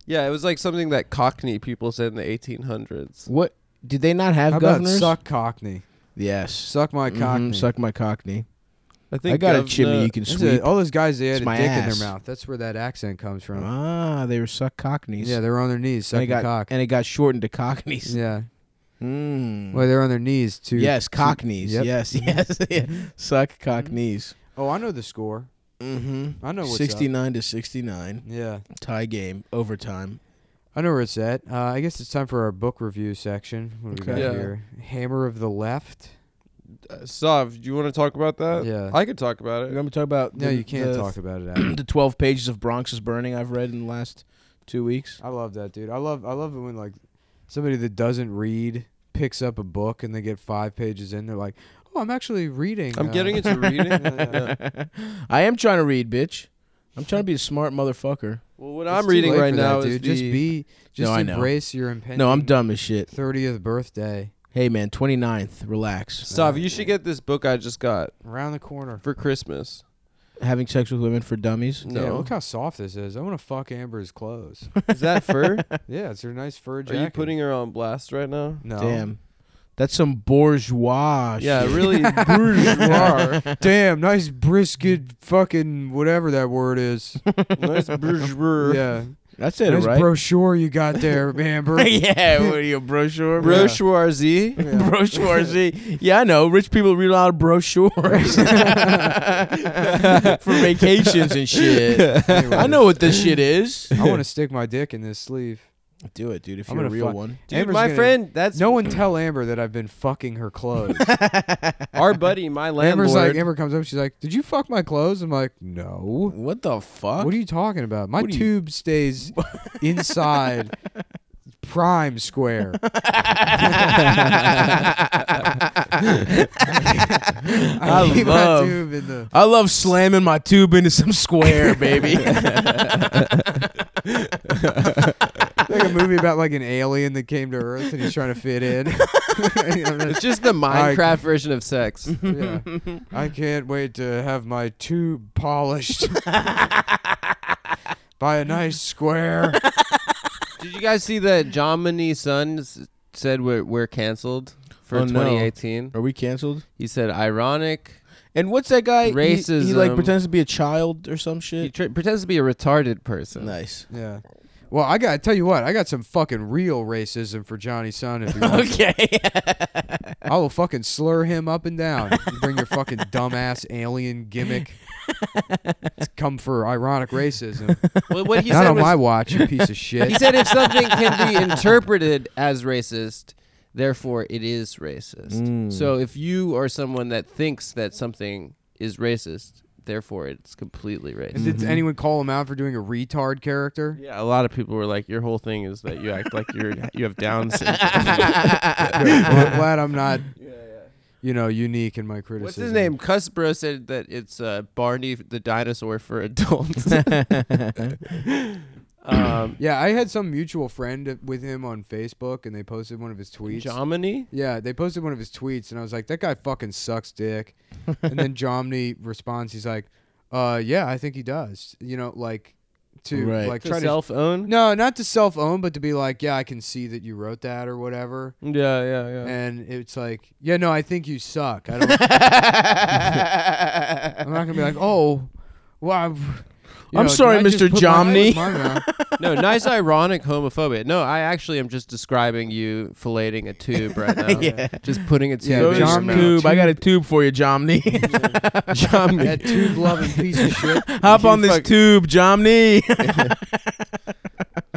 C: Yeah, it was like something that Cockney people said in the 1800s.
B: What did they not have
A: How about
B: governors?
A: suck cockney?
B: Yes.
A: Suck my
B: Mhm,
A: cockney.
B: Suck my cockney.
C: I think
B: I got a
C: governor-
B: chimney you can
A: That's
B: sweep.
A: it. all those guys, they had
B: It's
A: a
B: my
A: dick in
B: ass.
A: their mouth. That's where that accent comes from.
B: Ah, they were suck cockneys.
A: Yeah, they're on their knees
B: and it
A: sucking
B: got
A: cock.
B: and it got shortened to cockneys.
A: Yeah.
B: Mm.
A: Well, they're on their knees too.
B: yes, cockneys.
A: Yep.
B: Yes, yes. yeah. Suck cockneys.
A: Oh, I know the score.
B: Mm-hmm.
A: I know what's up.
B: Sixty-nine to sixty-nine,
A: Yeah.
B: tie game, overtime.
A: I know where it's at. Uh, I guess it's time for our book review section. What do we got
C: Okay. Yeah.
A: here? Hammer of the Left.
C: Uh, Sav, do you want to talk about that?
A: Yeah.
C: Uh, I could talk about
B: We're
C: it.
B: going to talk about
A: No,
B: the-
A: you can't
B: the,
A: talk about it. Adam.
B: the twelve pages of Bronx is burning I've read in the last two weeks.
A: I love that, dude. I love I love it when like somebody that doesn't read picks up a book and they get five pages in. They're like, "Oh, I'm actually reading."
C: I'm
A: uh,
C: getting into reading. Yeah.
B: I am trying to read, bitch. I'm trying to be a smart motherfucker.
C: Well, what
A: It's
C: I'm
A: too
C: reading
A: late
C: right
A: for that,
C: now is
A: dude. just
C: the-
A: be just
B: No, I know.
A: embrace your impending.
B: No, I'm dumb as shit.
A: Thirtieth birthday
B: Hey man, 29th, relax.
C: Sav, you should get this book I just got
A: around the corner.
C: for Christmas.
B: Having sex with women for dummies.
C: No,
A: Yeah, look how soft this is. I want to fuck Amber's clothes.
C: is that fur?
A: yeah, it's her nice fur
C: Are
A: jacket.
C: you putting her on blast right now?
A: No.
B: Damn. That's some
A: Ah,
B: bourgeois
C: Yeah,
B: shit.
C: really.
A: bourgeois. Damn, nice brisket, fucking whatever that word is.
C: nice bourgeois.
A: Yeah,
B: That's it,
A: nice
B: right?
A: brochure you got there, Amber.
B: yeah, what are you, a brochure?
A: Bro-
C: Bourgeoisie.
A: Yeah.
B: Brochure Z. Yeah, I know. Rich people read a lot of brochures for vacations and shit.
A: Anyway,
B: I know what this shit is.
A: I want to stick my dick in this sleeve.
B: Do it, dude, if
A: I'm
B: you're a
A: gonna
B: real
A: fu-
B: one.
C: Dude,
A: Amber's
C: my
A: gonna-
C: friend, that's
A: No one tell Amber that I've been fucking her clothes.
C: our buddy, my landlord.
A: Amber's like, Amber comes up, she's like, "Did you fuck my clothes?" I'm like, "No."
B: What the fuck?
A: What are you talking about? My
B: What are you-
A: tube stays inside prime square.
B: I
A: I keep my
B: love
A: tube in the.
B: I love slamming my tube into some square, baby.
A: like a movie about like an alien that came to Earth and he's trying to fit in.
C: it's just the
A: I-
C: Minecraft version of sex.
A: yeah. I can't wait to have my tube polished by a nice square.
C: Did you guys see that John Money Sons said we're, we're canceled for
B: Oh, no.
C: 2018?
B: Are we canceled?
C: He said ironic.
B: And what's that guy? He- He, like
C: Racism.
B: pretends to be a child or some
C: He
B: shit.
C: tr- pretends to be a retarded person.
B: nice.
A: Yeah. Well, I got to tell you what, I got some fucking real racism for Johnny Son. If you want.
B: Okay.
A: I will fucking slur him up and down. You bring your fucking dumbass alien gimmick. It's come for ironic racism.
C: Well, what he
A: Not
C: said
A: on
C: was-
A: my watch, you piece of
C: He
A: shit.
C: said if something can be interpreted as racist, therefore it is racist.
B: Mm.
C: So if you are someone that thinks that something is racist, therefore it's completely racist.
A: Did anyone call him out for doing a retard character?
C: Yeah, a lot of people were like, "Your whole thing is that you act like you're you have Down syndrome."
A: Well, I'm glad I'm not, you know, unique in my criticism.
C: What's his name? Cuss Bro said that it's uh, Barney the dinosaur for adults. um,
A: Yeah, I had some mutual friend with him on Facebook, and they posted one of his tweets.
C: Jomini.
A: Yeah, they posted one of his tweets, and I was like, "That guy fucking sucks dick." and then Jomny responds, he's like, "Uh, yeah, I think he does." You know, like to
B: Right.
A: like
C: To
A: try
C: self
A: to
C: own.
A: no, not to self own, but to be like, "Yeah, I can see that you wrote that or whatever."
C: Yeah, yeah, yeah.
A: And it's like, "Yeah, no, I think you suck." I don't. I'm not gonna be like, "Oh, well." I'm, you
B: I'm
A: know,
B: sorry,
A: did I just
B: Mr.
A: put my-
B: Jomny."
A: my mouth?"
C: no, nice ironic homophobia. No, I actually am just describing you filleting a tube right now.
B: Yeah.
C: Just putting a tube
A: Yeah,
B: Throw
C: in
B: this
C: your
A: Jomny.
C: mouth.
B: tube. I got a tube for you, Jomny.
A: that tube loving piece of shit.
B: Hop on this tube, Jomny.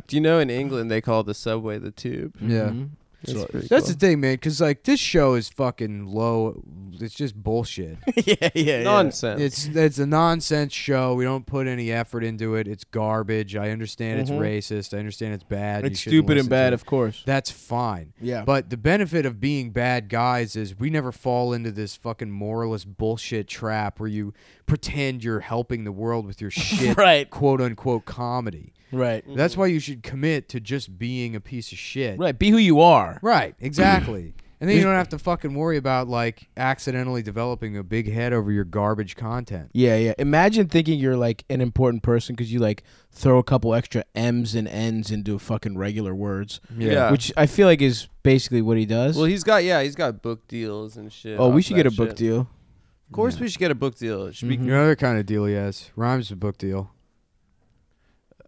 C: Do you know in England they call the subway the tube?
A: Yeah.
B: Mm-hmm.
C: That's, pretty
A: That's
C: cool.
A: the thing, man. Because like this show is fucking low. It's just bullshit.
B: yeah, yeah,
C: nonsense.
A: it's it's a nonsense show. We don't put any effort into it. It's garbage. I understand
B: Mhm.
A: it's racist. I understand it's bad. You
B: It's
A: shouldn't
B: stupid
A: listen
B: and
A: to it.
B: bad, of course.
A: That's fine.
B: Yeah.
A: But the benefit of being bad guys is we never fall into this fucking moralist bullshit trap where you pretend you're helping the world with your shit,
B: Right. Mm-hmm.
A: quote unquote, comedy.
B: Right.
A: That's why you should commit to just being a piece of shit.
B: Right. Be who you are.
A: Right, exactly. and then you don't have to fucking worry about like accidentally developing a big head over your garbage content.
B: Yeah, yeah. Imagine thinking you're like an important person because you like throw a couple extra M's and N's into fucking regular words,
C: Yeah.
B: which I feel like is basically what he does.
C: well, he's got yeah, he's got book deals and shit.
B: oh, we
C: off
B: should
C: that
B: get a book
C: shit.
B: deal. Mm-hmm.
C: Of course, we should get a book deal. It should
A: You
C: be
A: know, other kind of deal, yes. Rhymes with book deal.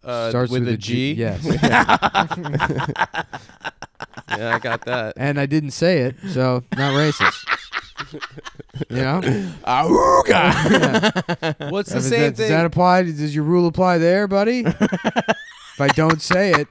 C: uh,
A: Starts
C: with, a
A: a
C: G.
A: Yes.
C: yeah, I got that.
A: and I didn't say it, so not racist. you know,
B: Aruga.
C: What's the
A: Does
C: same
A: that,
C: thing?
A: does that apply? Does your rule apply there, buddy? if I don't say it,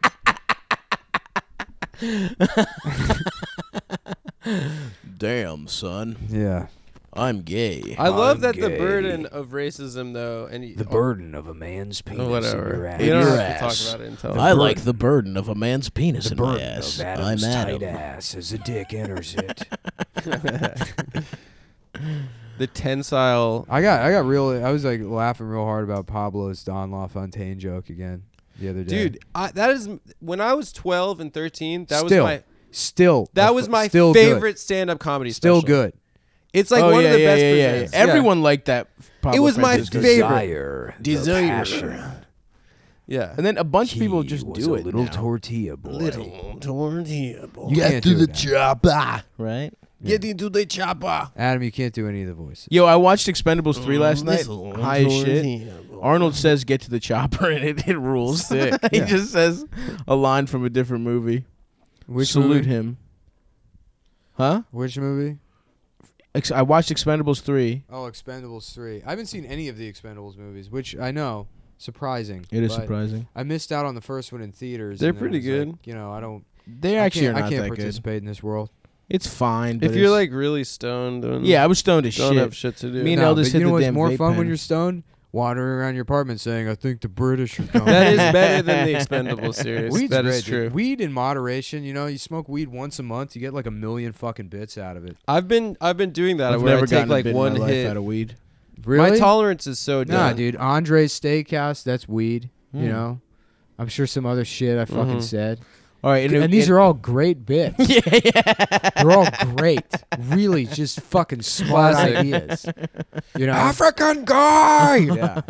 B: Damn, son,
A: yeah,
B: I'm gay.
C: I love
B: I'm
C: that the
B: gay.
C: burden of racism, though, and y-
A: burden of a man's
C: or
B: Oh,
A: penis
C: whatever.
B: In
C: You don't
B: your
C: have to
B: ass.
C: talk about it until
B: I like the burden of a man's penis in my ass. I'm Adam.
A: ass as a dick enters it.
C: the tensile.
A: I got I got real I was like laughing real hard about Pablo's Don LaFontaine joke again the other day.
C: Dude, I, that is when I was 12 and 13. That
A: Still.
C: was my
A: still
C: that
A: a
C: was
A: fu-
C: my
A: still good.
C: favorite stand-up comedy.
A: Still
C: special.
A: good.
C: It's like one
B: one
C: of the best. presents.
B: Everyone liked that.
C: It was my
B: Francisco.
C: favorite.
B: Desire.
C: Yeah.
B: And then a bunch of people just do it. now.
A: tortilla boy.
B: You
A: Get
B: can't
A: to
B: do
A: the
B: chopper, right? Get into the chopper.
A: Adam, you can't do any of the voices.
B: Yo, I watched Expendables three last night. High as shit. Arnold says, "Get to the chopper," and it, it rules. he just says a line from a different movie.
A: Which
B: Salute
A: movie?
B: him. Huh?
A: Which movie?
B: Ex- I watched Expendables three.
A: Oh, Expendables 3. I haven't seen any of the Expendables movies, which I know surprising.
B: It is
A: but
B: surprising.
A: I missed out on the first one in theaters.
C: They're
A: and then it
C: pretty
A: was like,
C: good.
A: you know, I don't
B: They
A: I
B: actually
A: can't,
B: are not
A: I can't
B: that good.
A: participate in this world.
B: It's fine. But
C: if you're
B: it's-
C: like really stoned, and
B: yeah, I was stoned as
C: don't
B: shit.
C: have shit to do.
B: Me and
A: No,
B: Elvis
A: but
B: hit
A: you know
B: the
A: what's
B: damn
A: more
B: vape
A: fun
B: pen.
A: when you're stoned? Wandering around your apartment saying, "I think the British are coming."
C: that is better than the Expendable series.
A: Weed's
C: that
A: great,
C: is
A: dude.
C: true.
A: Weed in moderation. You know, you smoke weed once a month, you get like a million fucking bits out of it.
C: I've been I've been doing that.
B: I've
C: where
B: never
C: I take
B: gotten
C: like
B: a bit
C: one
B: in my
C: hit.
B: life out of weed.
C: My tolerance is so
A: nah,
C: down.
A: dude. Andre's Steakhouse, that's weed.
B: Hmm.
A: You know, I'm sure some other shit I Mm-hmm. fucking
C: Mhm.
A: said.
B: All right,
A: And, these are all great bits.
B: yeah, yeah.
A: They're all great. Really, just fucking smart
C: Classic.
A: ideas. You know,
B: African guy.
A: yeah,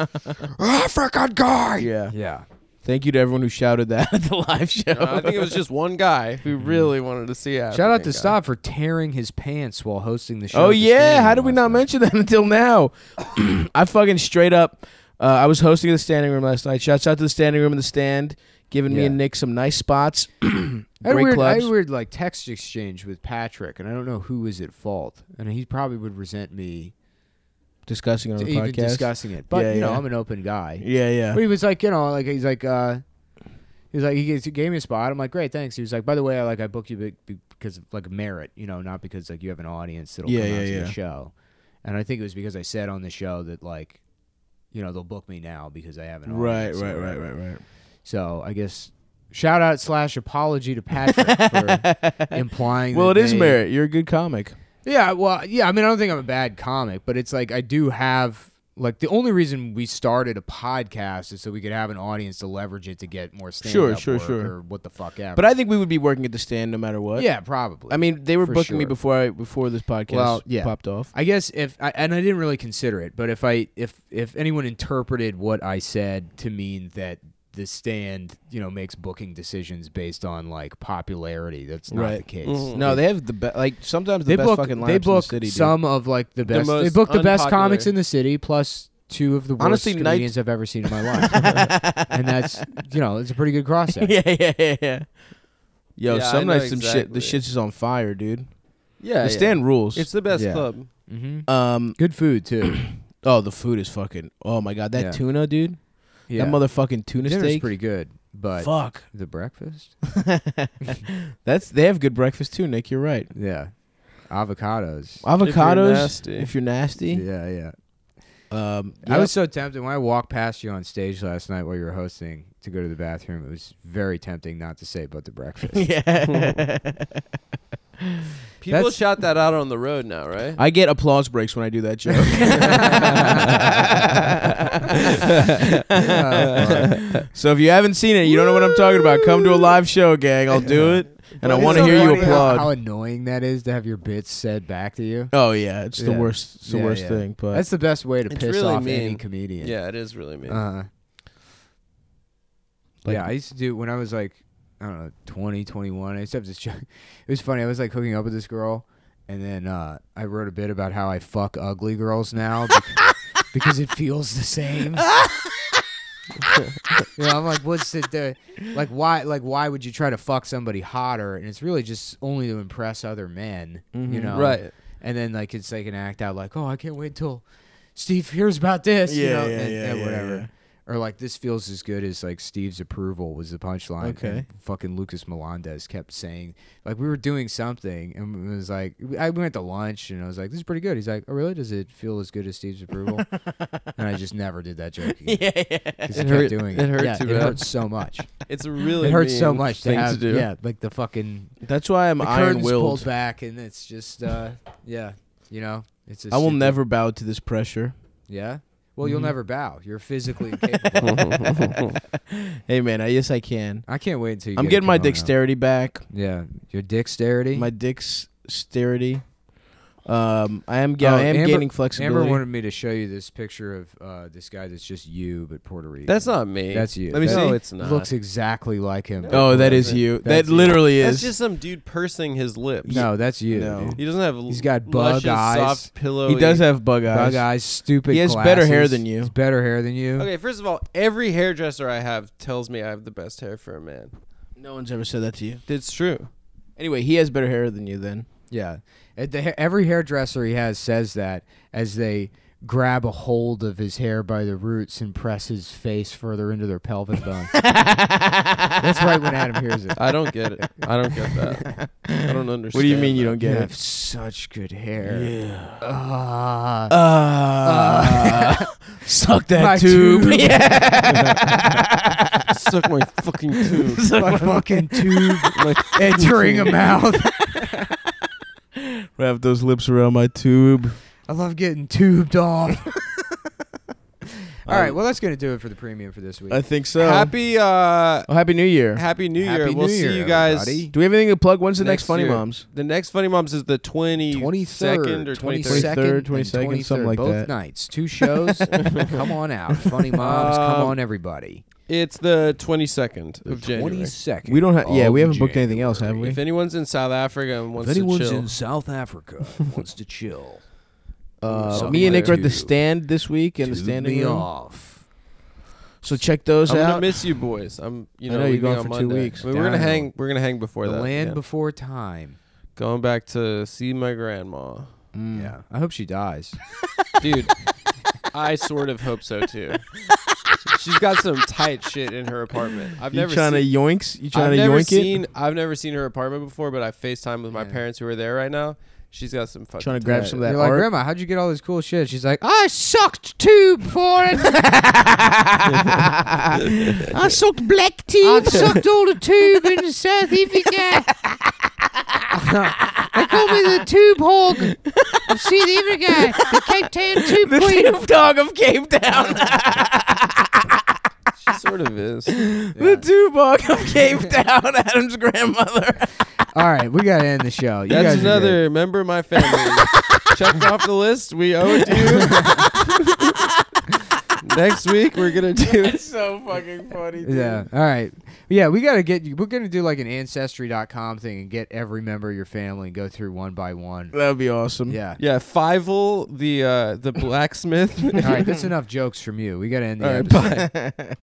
B: African guy. Yeah.
A: yeah.
B: Thank you to everyone who shouted that at the live show.
C: No, I think it was just one guy who really wanted to see African
A: Shout out to
C: guy.
A: Stav for tearing his pants while hosting the show.
B: oh
A: at the
B: yeah,
A: stadium
B: how did we
A: last
B: not
A: night.
B: mention that until now? I fucking straight up. Uh, I was hosting the standing room last night. Shouts out to the standing room and the stand. giving me
A: Yeah.
B: and Nick some nice spots.
A: I had, a
B: Great
A: weird, I had
B: clubs.
A: a weird like text exchange with Patrick, and I don't know who was at fault, and he probably would resent me
B: discussing it on
A: to
B: the
A: even
B: podcast.
A: discussing it. But
B: Yeah,
A: you know,
B: yeah.
A: I'm an open guy.
B: yeah, yeah.
A: But he was like, you know, like he's like, uh, he was like, he gave, he gave me a spot. I'm like, great, thanks. He was like, by the way, I like I booked you be- be- because of like merit, you know, not because like you have an audience that'll
B: Yeah,
A: come
B: yeah,
A: out to
B: yeah.
A: the show. And I think it was because I said on the show that like, you know, they'll book me now because I have an
B: Right,
A: audience. or
B: right, right,
A: whatever.
B: right, right.
A: So I guess shout out slash apology to Patrick for implying.
B: Well, it
A: that
B: is
A: they-
B: merit. You're a good comic.
A: Yeah, well, yeah. I mean, I don't think I'm a bad comic, but it's like I do have like the only reason we started a podcast is so we could have an audience to leverage it to get more stand
B: Sure, sure, sure.
A: or what the fuck ever.
B: But I think we would be working at the stand no matter what.
A: yeah, probably.
B: I mean, they were
A: For
B: booking me
A: sure.
B: before I before this podcast
A: Well, yeah.
B: popped off.
A: I guess if I, and I didn't really consider it, but if I if if anyone interpreted what I said to mean that the stand you know makes booking decisions based on like popularity, that's not the
B: Right.
A: case.
B: No, they have the be- like sometimes
A: Mm-hmm.
B: the
A: they
B: best
A: book
B: fucking lineups
A: they book
B: in the city. dude.
A: some of like the best. they
C: most
A: book the best
C: unpopular.
A: comics in the city, plus two of the worst
B: Honestly, night-
A: comedians I've ever seen in my life, and that's you know it's a pretty good cross section.
B: yeah, yeah, yeah, yeah. Yo,
C: Yeah, I
B: some
C: know
B: nights some shit the
C: exactly.
B: shit's just on fire, dude.
C: Yeah,
B: the stand rules.
C: It's the best
A: Yeah.
C: club.
A: hmm
B: um
A: Good food too.
B: oh the food is fucking oh my god that
A: Yeah.
B: tuna dude
A: Yeah,
B: that motherfucking tuna
A: dinner's
B: steak
A: pretty good, but
B: fuck
A: the breakfast,
B: that's they have good breakfast too Nick you're right
A: yeah, avocados.
B: avocados
C: nasty.
B: if you're nasty,
A: Yeah, yeah.
B: um
A: I
B: yep.
A: was so tempted when I walked past you on stage last night while you were hosting to go to the bathroom. It was very tempting not to say but the breakfast.
B: yeah
C: People
A: That's-
C: shout that out on the road now, right?
B: I get applause breaks when I do that joke. so if you haven't seen it, you don't know what I'm talking about. Come to a live show, gang. I'll do it, and I
A: Isn't
B: want to
A: it
B: hear you
A: funny how-
B: applaud.
A: How, annoying that is to have your bits said back to you.
B: oh yeah, it's the
A: Yeah.
B: worst. It's the
A: Yeah,
B: worst
A: yeah.
B: thing. But
A: That's the best way to
C: It's
A: piss
C: really
A: off any
C: mean.
A: comedian.
C: Yeah, it is really mean.
A: Uh,
B: Like-
A: yeah, I used to do when I was like, I don't know, 20, 21. I used to have this joke. It was funny. I was like hooking up with this girl, and then uh, I wrote a bit about how I fuck ugly girls now bec- because it feels the same. you know, I'm like, what's the, the like? Why like why would you try to fuck somebody hotter? And it's really just only to impress other men. You
B: Mhm. Mm-hmm.
A: know,
C: right.
A: and then like it's like an act out like oh i can't wait till steve hears about this you
B: Yeah,
A: know
B: yeah,
A: and,
B: yeah,
A: and
B: yeah,
A: whatever
B: yeah.
A: or like this feels as good as like steve's approval was the punchline and
B: Okay.
A: fucking lucas melendez kept saying like we were doing something and it was like i went to lunch and i was like this is pretty good he's like oh really does it feel as good as steve's approval and i just never did that joke again.
B: yeah, yeah.
A: Because
C: It
A: it
C: hurt-
A: kept doing
C: it
A: it.
C: hurt
A: yeah,
C: too
A: it
C: bad.
A: hurts so much.
C: It's a really
A: it hurts so
C: mean
A: much to
C: thing
A: have,
C: do.
A: yeah, like the fucking
B: That's why I'm
A: the curtains
B: iron
A: pulled
B: willed.
A: back, and it's just, uh, yeah, you know, it's. A
B: I will
A: stupid-
B: never bow to this pressure.
A: Yeah. Well, you'll
B: Mhm.
A: never bow. You're physically incapable.
B: Hey man, I yes I can.
A: I can't wait until you.
B: I'm
A: get a
B: getting my
A: kimono.
B: dexterity back.
A: Yeah, your dexterity.
B: My dexterity. Um, I am. Yeah,
A: Oh,
B: I am
A: Amber-
B: gaining
A: Amber
B: flexibility.
A: wanted me to show you this picture of uh, this guy that's just you, but Puerto Rican.
C: That's not me.
A: That's you.
B: Let me
A: That
C: no,
B: see.
C: it's not.
A: Looks exactly like him.
B: oh, that is
C: That's
B: you.
A: that's
B: that literally
C: That's
B: is.
C: just some dude pursing his lips.
A: no, that's you.
B: No.
A: dude.
C: He doesn't have.
A: He's got
C: luscious,
A: bug eyes.
C: Soft pillow.
B: he does have bug eyes.
A: Bug eyes, stupid.
B: He has better hair
A: glasses.
B: than you.
A: He's better hair than you.
C: Okay, first of all, every hairdresser I have tells me I have the best hair for a man.
B: No one's ever said that to you.
C: It's true.
B: Anyway, he has better hair than you. Then
A: Yeah. Uh, the ha- every hairdresser he has says that as they grab a hold of his hair by the roots and press his face further into their pelvic bone. That's right when Adam hears it.
C: I don't get it. I don't get that. I don't understand.
B: what do you mean you
C: that.
B: don't
A: You
B: get
A: have such good hair.
B: it?
A: Ah.
B: Yeah. Uh, suck that
A: My
B: tube.
A: tube.
B: Yeah.
C: Suck my fucking tube.
A: my fucking tube entering a mouth.
B: Wrap those lips around my tube.
A: I love getting tubed
B: Um,
A: off. All right, well that's gonna do it for the premium for this week.
B: I think so.
C: Happy uh,
B: Oh, happy New Year.
C: Happy New
A: Happy
C: Year.
A: New
C: we'll see
A: Year,
C: you guys.
A: everybody.
B: Do we have anything to plug? When's the next,
C: Next
B: Funny
C: year.
B: Moms?
C: The next Funny Moms is the 20
A: 23rd,
C: or 23rd.
A: 22nd,
B: 23rd,
A: and
B: something like
A: both
B: that.
A: nights, two shows. come on out, funny moms. come
C: Um,
A: on, everybody.
C: It's the 22nd of January.
A: 22nd.
B: We don't have. Yeah,
A: of
B: we haven't booked anything
A: January.
B: else, have we?
C: If anyone's in South Africa and
A: If
C: wants to
A: anyone's
C: chill,
A: in South Africa wants to chill,
B: Uh,
A: Something
B: me and
C: like
B: Nick are at the
A: two.
B: stand this week in the
A: tune
B: standing
A: me
B: room.
A: off.
B: So check those
C: I'm gonna
B: out.
C: miss you boys. I'm you
B: I
C: know,
B: know you're
C: leaving
B: gone
C: on
B: for two
C: Monday.
B: weeks.
C: I mean, we're gonna
B: Damn.
C: hang. We're gonna hang before
A: The
C: that.
A: land
C: yeah.
A: before time.
C: Going back to see my grandma,
B: Mm.
A: Yeah, I hope she dies.
C: dude. I sort of hope so too. She's got some tight shit in her apartment. I've
B: You
C: never
B: trying
C: seen,
B: to yoinks? You
C: I've
B: trying to
C: never
B: yoink it?
C: seen I've never seen her apartment before, but I FaceTime with my
A: Yeah.
C: parents who are there right now. She's got some fucking
B: Trying to grab some of that
A: You're like,
B: art?
A: Grandma, how'd you get all this cool shit? She's like, I sucked tube for it.
B: I sucked black
A: I
B: tea.
A: sucked all the tube in South Africa. they call me the tube hog of South Africa, the Cape Town tube
B: The
A: queen.
B: tube dog of Cape Town.
C: She sort of is.
B: The tube dog of Cape Town. Adam's grandmother.
A: All right, we gotta end the show. You
C: That's
A: guys are good.
C: another member of my family. Checked off the list. We owe it to you. Next week we're gonna do
B: so fucking funny.
A: Yeah. All right. Yeah, we gotta get. We're gonna do like an ancestry.com thing and get every member of your family and go through one by one.
B: That would be awesome.
A: Yeah.
C: yeah Fivel the uh, the blacksmith.
A: All right. That's enough jokes from you. We gotta end the
C: All right,
A: episode.
C: bye.